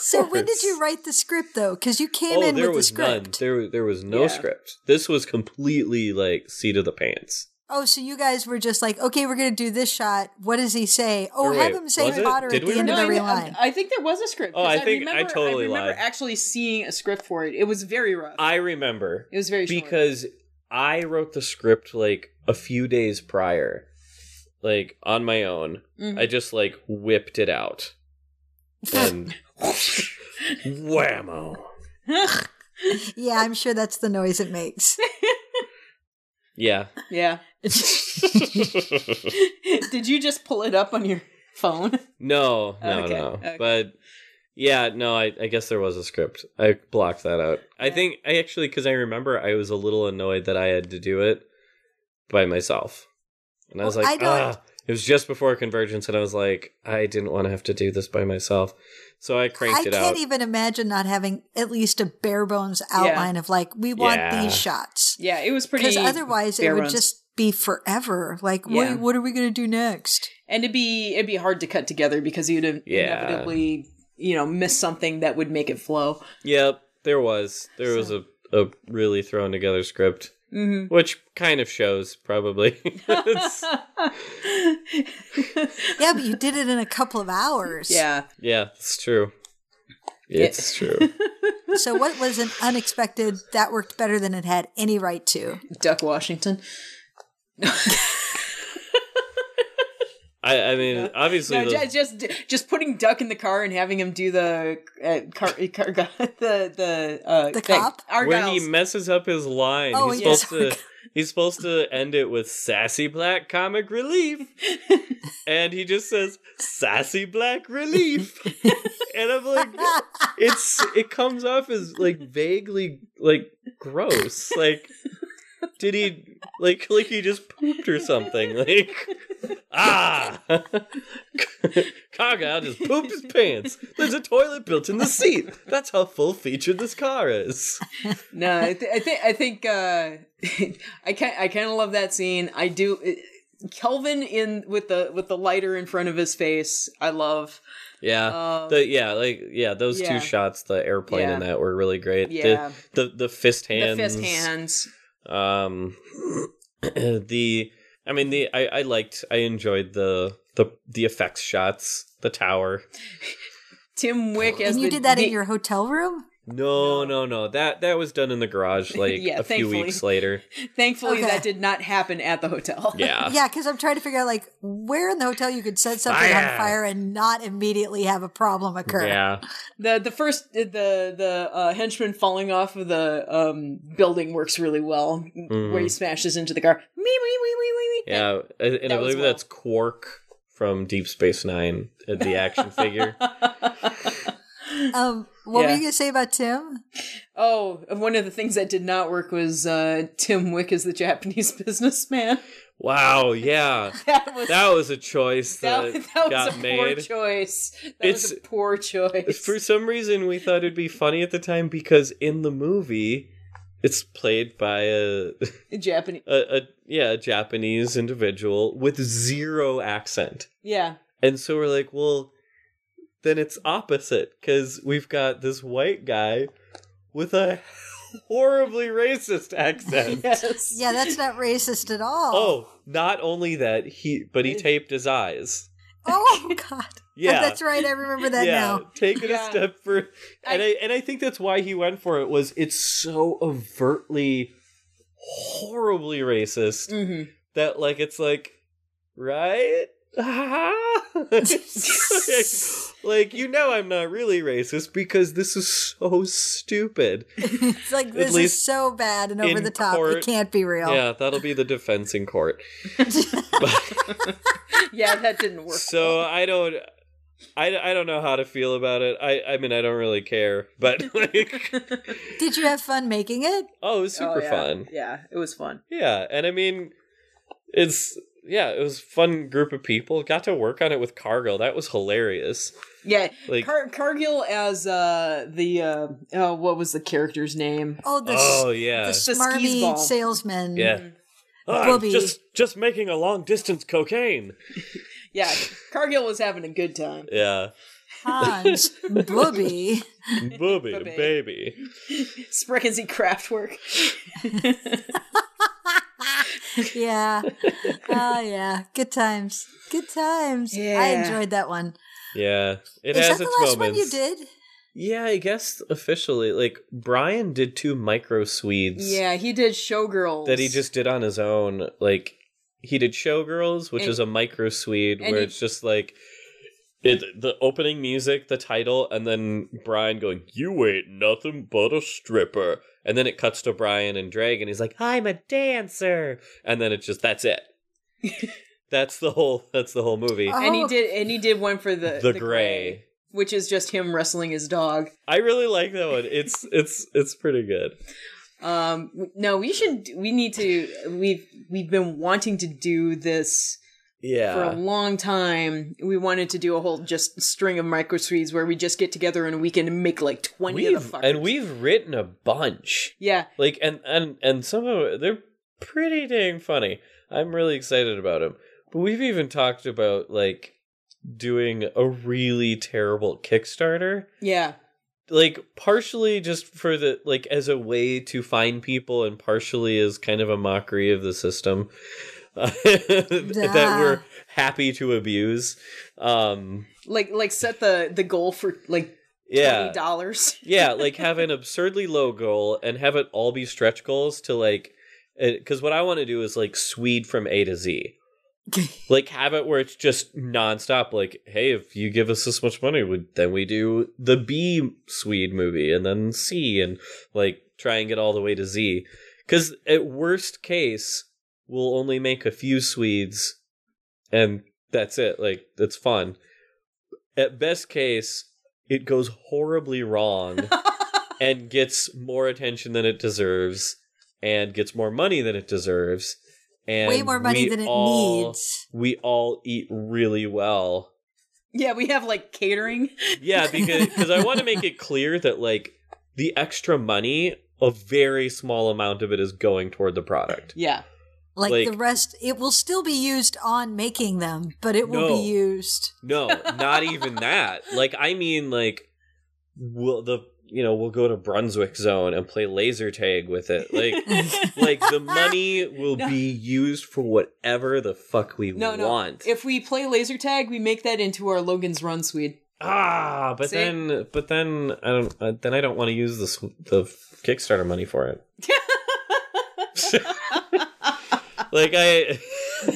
B: so when did you write the script though? Because you came
C: oh,
B: in
C: there
B: with the
C: was none.
B: script.
C: There, there was no
A: Yeah.
C: script. This was completely like seat of the pants.
B: Oh, so you guys were just like, okay, we're gonna do this shot. What does he say? Oh,
C: Or
B: have
C: wait,
B: him say
C: was it?
B: Potter
C: Did
B: at
C: we
B: the end
A: no,
B: of
A: I,
B: every
A: I-
B: line.
A: I think there was a script. 'cause
C: Oh, I think- I
A: remember,
C: totally
A: remember
C: lied.
A: actually seeing a script for it. It was very rough.
C: I remember
A: it was very short.
C: because I wrote the script like a few days prior, like on my own.
A: Mhm.
C: I just like whipped it out and whammo.
B: yeah, I'm sure that's the noise it makes.
C: Yeah.
A: yeah. Did you just pull it up on your phone?
C: No, no,
A: Okay,
C: no.
A: okay.
C: But yeah, no, I, I guess there was a script. I blocked that out. I think I actually, because I remember I was a little annoyed that I had to do it by myself. And I was
B: Well, I
C: like,
B: don't-
C: ah, it was just before Convergence, and I was like, I didn't want to have to do this by myself. So I cranked
B: I
C: it
B: can't e-,
C: out.
B: even imagine not having at least a bare bones outline of like, we want
C: Yeah.
B: these shots.
A: Yeah, it was pretty.
B: Because otherwise it
A: bare
B: would
A: bones.
B: just be forever. Like,
A: Yeah.
B: what, what are we gonna do next?
A: and it'd be it'd be hard to cut together because you'd have
C: Yeah.
A: inevitably you know miss something that would make it flow.
C: Yep, there was. There was a, a really thrown together script,
A: Mm-hmm.
C: which kind of shows, probably. It's-
B: Yeah, but you did it in a couple of hours.
A: yeah.
C: yeah, it's true. It's true.
B: So what was an unexpected that worked better than it had any right to?
A: Duck Washington.
C: I, I mean, obviously,
A: No,
C: the-
A: ju- just just putting Duck in the car and having him do the uh, car, car, the the uh,
B: The
A: that-
B: cop?
A: Argyles.
C: when he messes up his line,
B: Oh,
C: he's
B: yes.
C: supposed to He's supposed to end it with sassy black comic relief. and he just says sassy black relief. and I'm like it's it comes off as like vaguely like gross. Like did he like like he just pooped or something? Like ah Cargyle just pooped his pants. There's a toilet built in the seat. That's how full featured this car is.
A: No, I, th- I think I think uh, I kind I kind of love that scene. I do. uh, Kelvin in with the with the lighter in front of his face. I love.
C: Yeah.
A: Um,
C: Uh, the, yeah, like yeah, those
A: yeah.
C: two shots, the airplane and
A: Yeah.
C: that were really great.
A: Yeah.
C: The, the the fist hands.
A: The fist hands.
C: Um the I mean the I, I liked I enjoyed the the the effects shots, the tower.
A: Tim Wick as
B: and you
A: the
B: did that
A: D-
B: in your hotel room?
C: No, no, no. That that was done in the garage like
A: Yeah,
C: a few
A: thankfully.
C: weeks later.
A: Thankfully,
B: Okay.
A: that did not happen at the hotel.
C: Yeah.
B: Yeah, because I'm trying to figure out like where in the hotel you could set something
C: Fire.
B: on fire and not immediately have a problem occur.
C: Yeah.
A: the the first the the uh, henchman falling off of the um, building works really well, where he smashes into the car. Me me me me me me.
C: Mm-hmm. Yeah. And, and I
A: That was
C: believe
A: well.
C: that's Quark from Deep Space Nine, uh, the action figure.
B: Um, what were
A: Yeah.
B: you gonna say about Tim?
A: Oh, and one of the things that did not work was uh, Tim Wick as the Japanese businessman.
C: Wow, yeah.
A: That was
C: That was a choice
A: that,
C: that,
A: that
C: got
A: was a
C: made.
A: poor choice. That was a
C: It's-
A: poor choice.
C: For some reason, we thought it'd be funny at the time because in the movie, it's played by a
A: Japanese.
C: a, a yeah a Japanese individual with zero accent,
A: Yeah.
C: and so we're like, well, then it's opposite because we've got this white guy with a horribly racist accent.
A: Yes.
B: Yeah, that's not racist at all.
C: Oh, not only that he, but he taped his eyes.
B: Oh, God.
C: Yeah,
B: That's right. I remember that
C: yeah,
B: now.
C: take it
A: Yeah.
C: a step for, and I, and I think that's why he went for it was it's so overtly, horribly racist
B: Mm.
A: Mhm.
C: that like it's like, right, like, like you know I'm not really racist because this is so stupid.
B: It's like this
C: least
B: is so bad and over
C: in
B: the top.
C: court-
B: It can't be real.
C: Yeah, that'll be the defense in court.
A: Yeah, that didn't work.
C: So I don't. I, I don't know how to feel about it. I, I mean, I don't really care, but like,
B: Did you have fun making it?
C: oh, it was
A: Oh,
C: super
A: yeah.
C: fun.
A: Yeah, it was fun.
C: Yeah, and I mean, it's yeah, it was a fun group of people. Got to work on it with Cargill. That was hilarious.
A: Yeah,
C: Like-
A: Car- Cargill as uh, the uh, oh, what was the character's name?
B: Oh, the,
C: oh
B: s-
C: yeah,
B: the
A: skis ball.
B: smarmy salesman.
C: yeah. Oh, I'm
B: Booby.
C: just just making a long distance cocaine.
A: Yeah, Cargill was having a good time.
C: Yeah,
B: Hans Booby.
C: booby to
A: Booby.
C: baby.
A: Sprickensy Kraftwerk.
B: Yeah. Oh, yeah. Good times. Good times. I
A: Yeah.
B: enjoyed that one.
C: Yeah, it
B: Is
C: has
B: that the
C: its
B: last one
C: moments.
B: you did?
C: Yeah, I guess officially, like Brian did two micro Swedes.
A: Yeah, he did Showgirls.
C: that he just did on his own. Like he did Showgirls, which
A: And-
C: is a micro Swede,
A: and
C: where
A: he-
C: it's just like it, the opening music, the title, and then Brian going, "You ain't nothing but a stripper," and then it cuts to Brian and Drag, and he's like, "I'm a dancer," and then it's just that's it. that's the whole. That's the whole movie.
B: Oh,
A: and he did and he did one for Ah, the
C: the, gray.
A: which is just him wrestling his dog.
C: I really like that one. It's it's it's pretty good.
A: Um, w- no, we should. We need to. We've we've been wanting to do this for a
C: Yeah.
A: long time. We wanted to do a whole just string of micro swedes where we just get together in a weekend and make like 20 of
C: We've
A: the fuckers.
C: and we've written a bunch.
A: yeah,
C: like and and and some of it, they're pretty dang funny i'm really excited about them but we've even talked about like doing a really terrible kickstarter
A: yeah,
C: like partially just for the like as a way to find people and partially as kind of a mockery of the system uh, that
B: Yeah.
C: we're happy to abuse um
A: like like set the the goal for like
C: yeah
A: twenty dollars.
C: yeah like have an absurdly low goal and have it all be stretch goals to like because what i want to do is like swede from a to z like have it where it's just nonstop like hey if you give us this much money we, then we do the b swede movie and then c and like try and get all the way to z Because at worst case, we'll only make a few Swedes, and that's it. Like that's fun. At best case, it goes horribly wrong and gets more attention than it deserves, and gets more money than it deserves, and
B: Way more money
C: we
B: than it
C: all-
B: needs.
C: We all eat really well.
A: Yeah, we have like catering.
C: Yeah, because cause I want to make it clear that like the extra money, a very small amount of it is going toward the product.
A: Yeah.
B: Like,
C: Like-
B: the rest, it will still be used on making them, but it will
C: No.
B: be used.
C: No, not even that. Like I mean, like we'll the you know we'll go to Brunswick Zone and play laser tag with it. Like like the money will
A: No.
C: be used for whatever the fuck we
A: No, no.
C: want.
A: If we play laser tag, we make that into our Logan's Run Swede.
C: ah, but
A: See?
C: then but then I don't uh, then I don't want to use the s- the Kickstarter money for it. like I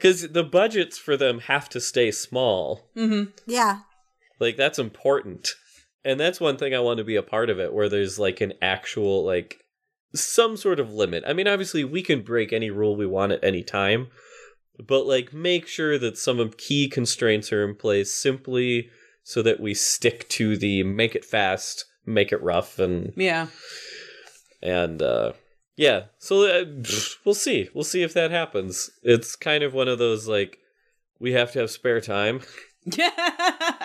C: cuz the budgets for them have to stay small.
A: hmm
B: Yeah.
C: Like that's important. And that's one thing I want to be a part of it where there's like an actual like some sort of limit. I mean, obviously we can break any rule we want at any time, but like make sure that some of key constraints are in place simply so that we stick to the make it fast, make it rough and
A: Yeah.
C: and uh yeah so uh, pfft, we'll see we'll see if that happens it's kind of one of those like we have to have spare time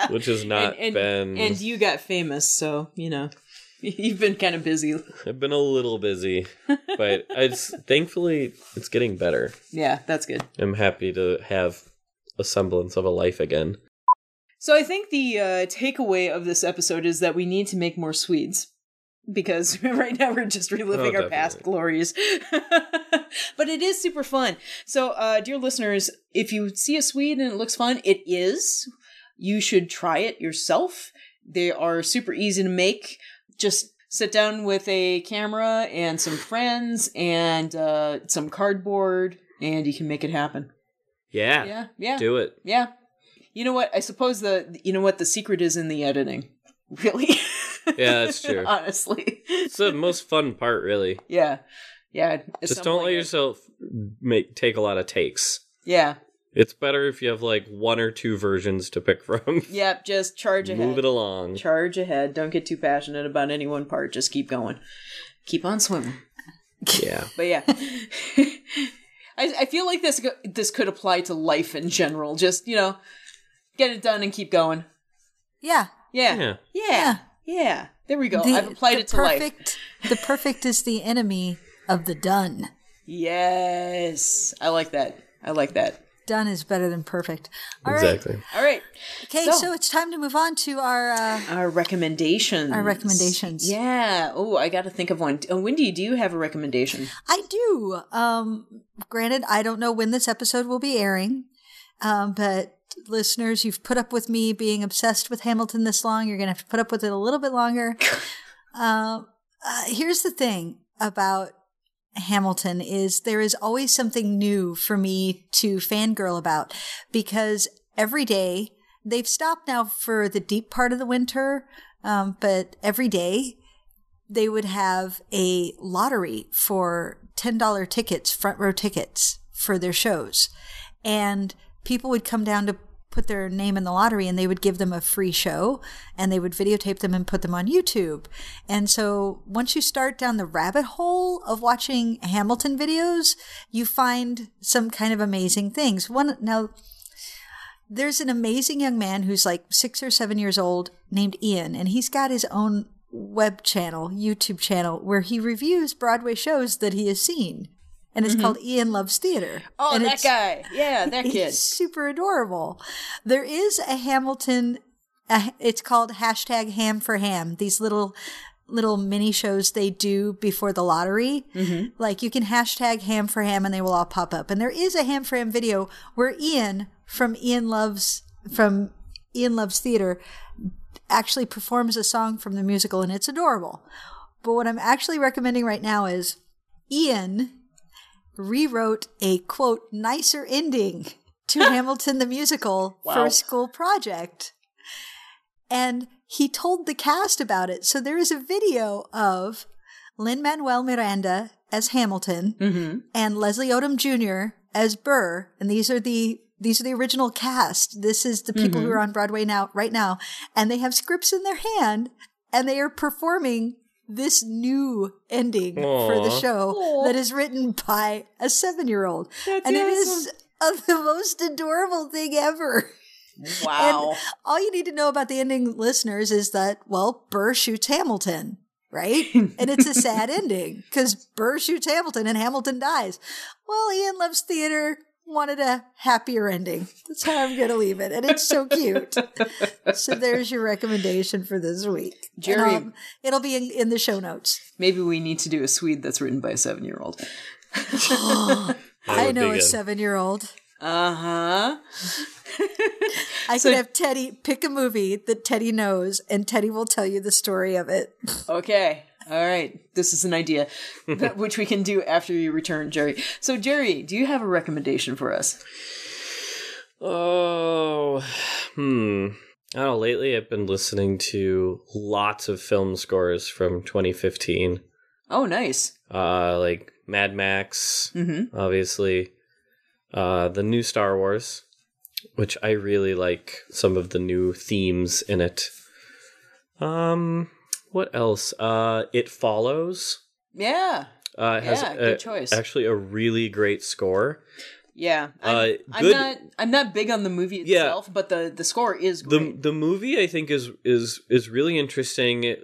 C: which has not
A: and,
C: been
A: And you got famous, so you know you've been kind of busy.
C: i've been a little busy but it's thankfully it's getting better
A: Yeah, that's good.
C: i'm happy to have a semblance of a life again
A: So I think the uh, takeaway of this episode is that we need to make more Swedes because right now we're just reliving
C: Oh,
A: our past
C: definitely.
A: glories. but it is super fun. So, uh, dear listeners, if you see a Swede and it looks fun, it is. You should try it yourself. They are super easy to make. Just sit down with a camera and some friends and uh, some cardboard, and you can make it happen.
C: yeah,
A: Yeah, yeah.
C: do it
A: Yeah. You know what? I suppose the you know what the secret is in the editing. Really?
C: yeah that's true
A: Honestly.
C: it's the most fun part really
A: Yeah. Yeah.
C: just don't
A: assembling
C: let
A: it.
C: yourself make take a lot of takes
A: Yeah.
C: it's better if you have like one or two versions to pick from
A: Yep, just charge ahead.
C: move it along
A: Charge ahead. Don't get too passionate about any one part. Just keep going. Keep on swimming.
C: yeah
A: But yeah. I, I feel like this go- this could apply to life in general. Just, you know, get it done and keep going.
B: Yeah.
A: Yeah.
C: yeah
A: Yeah. Yeah. There we go.
B: The-
A: I've applied
B: the
A: it to life.
B: perfect, life. The perfect is the enemy of the done.
A: Yes. I like that. I like that.
B: Done is better than perfect. All right.
C: exactly
A: All right.
B: Okay,
A: So-
B: so. it's time to move on to our. Uh,
A: Our recommendations.
B: Our recommendations.
A: Yeah. Oh, I got to think of one. Oh, Wendy, do you have a recommendation?
B: I do. Um, granted, I don't know when this episode will be airing, um, but listeners, you've put up with me being obsessed with Hamilton this long. You're going to have to put up with it a little bit longer. um, uh, here's the thing about Hamilton is there is always something new for me to fangirl about because every day they've stopped now for the deep part of the winter, um, but every day they would have a lottery for $10 tickets, front row tickets for their shows. And people would come down to put their name in the lottery and they would give them a free show and they would videotape them and put them on YouTube. And so once you start down the rabbit hole of watching Hamilton videos, you find some kind of amazing things. One now there's an amazing young man who's like six or seven years old named Ian, and he's got his own web channel, YouTube channel, where he reviews Broadway shows that he has seen. And it's called Ian Loves Theater.
A: Mm-hmm. Oh,
B: and
A: that
B: it's-
A: guy. Yeah, that kid.
B: it's super adorable. There is a Hamilton. Uh, it's called hashtag Ham for Ham. These little little mini shows they do before the lottery.
A: Mm-hmm.
B: Like you can hashtag Ham for Ham, and they will all pop up. And there is a Ham for Ham video where Ian from Ian loves from Ian loves theater actually performs a song from the musical, and it's adorable. But what I'm actually recommending right now is Ian rewrote a quote nicer ending to Hamilton the musical for
A: Wow.
B: a school project. And he told the cast about it. So there is a video of Lin Manuel Miranda as Hamilton
A: Mm-hmm.
B: and Leslie Odom Jr. as Burr, and these are the these are the original cast. This is the people who are on Broadway now, right now, and they have scripts in their hand, and they are performing this new ending for the
C: Aw.
B: show
A: Aw.
B: that is written by a seven year old,
A: That's
B: and it is uh, the most adorable thing ever.
A: Wow.
B: All you need to know about the ending, listeners, is that well, Burr shoots Hamilton, right? and it's a sad ending because Burr shoots Hamilton and Hamilton dies. Well, Ian loves theater. Wanted a happier ending. That's how I'm going to leave it, and it's so cute. so there's your recommendation for this week, And,
A: Jerry.
B: um, it'll be in, in the show notes.
A: Maybe we need to do a Swede that's written by a seven year old.
C: That
B: I
C: would be
B: know a
C: good.
B: seven-year-old.
A: Uh huh.
B: I could have Teddy pick a movie that Teddy knows, and Teddy will tell you the story of it.
A: Okay. All right. This is an idea, that- which we can do after you return, Jerry. So, Jerry, do you have a recommendation for us?
C: Oh, hmm. I don't know. Lately, I've been listening to lots of film scores from 2015,
A: Oh, nice.
C: uh, like Mad Max,
A: Mm-hmm.
C: obviously, uh, the new Star Wars, which I really like some of the new themes in it. Um, what else? Uh, it follows.
A: Yeah.
C: Uh, it has
A: Yeah,
C: a-
A: good choice.
C: actually a really great score.
A: Yeah. I'm,
C: Uh,
A: I'm
C: good-
A: not. I'm not big on the movie
C: Yeah.
A: itself, but the the score is
C: the
A: great.
C: the movie I think is is is really interesting.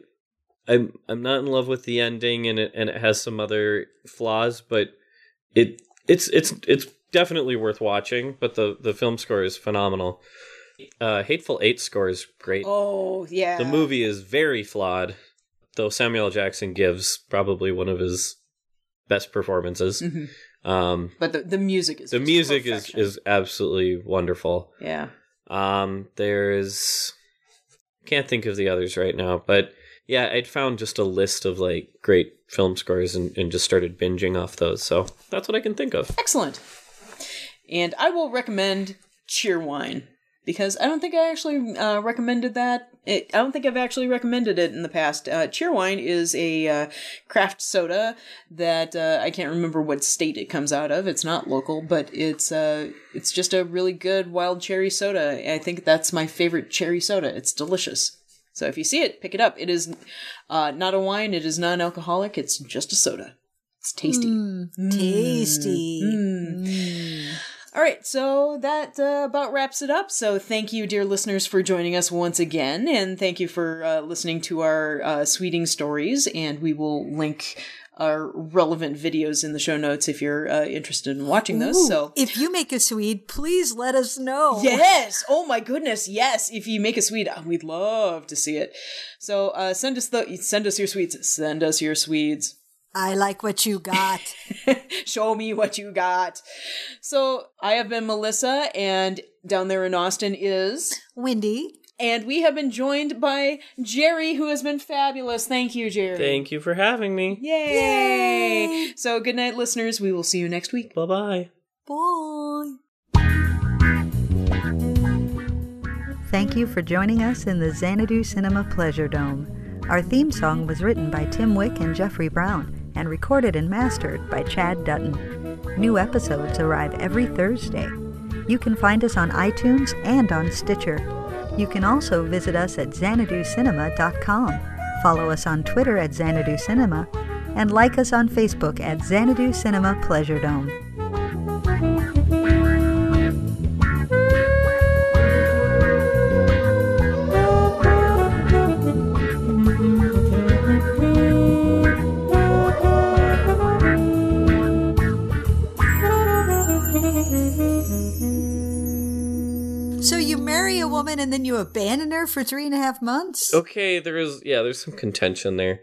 C: I'm I'm not in love with the ending and it and it has some other flaws, but it it's it's it's definitely worth watching. But the the film score is phenomenal. Uh, Hateful Eight score is great.
A: oh yeah.
C: The movie is very flawed, though Samuel L. Jackson gives probably one of his best performances.
A: Mhm.
C: Um,
A: But the, the music is
C: the
A: just
C: music is
A: perfection.
C: is absolutely wonderful.
A: yeah.
C: Um, there's can't think of the others right now, but yeah, I'd found just a list of like great film scores and, and just started binging off those. So that's what I can think of.
A: Excellent. And I will recommend Cheerwine because I don't think I actually uh, recommended that. It, I don't think I've actually recommended it in the past. Uh, Cheerwine is a uh, craft soda that uh, I can't remember what state it comes out of. It's not local, but it's uh, it's just a really good wild cherry soda. I think that's my favorite cherry soda. It's delicious. So if you see it, pick it up. It is uh, not a wine. It is non-alcoholic. It's just a soda. It's tasty.
B: Tasty.
A: Mm. All right, so that uh, about wraps it up. So, thank you, dear listeners, for joining us once again, and thank you for uh, listening to our uh, Sweeting stories. And we will link our relevant videos in the show notes if you're uh, interested in watching those.
B: Ooh,
A: so,
B: if you make a Swede, please let us know.
A: Yes. Oh my goodness. Yes. If you make a sweet, uh, we'd love to see it. So uh, send us the send us your sweets. Send us your sweets.
B: I like what you got.
A: Show me what you got. So I have been Melissa, and down there in Austin is.
B: Wendy.
A: And we have been joined by Jerry, who has been fabulous. Thank you, Jerry.
C: Thank you for having me.
A: Yay! So, good night, listeners. We will see you next week.
C: Bye bye.
B: Bye. Thank you for joining us in the Xanadu Cinema Pleasure Dome. Our theme song was written by Tim Wick and Jeffrey Brown and recorded and mastered by Chad Dutton. New episodes arrive every Thursday. You can find us on iTunes and on Stitcher. You can also visit us at xanaducinema.com, follow us on Twitter at Xanadu Cinema, and like us on Facebook at Xanadu Cinema Pleasure Dome. So you marry a woman and then you abandon her for three and a half months?
C: Okay, there is yeah, there's some contention there.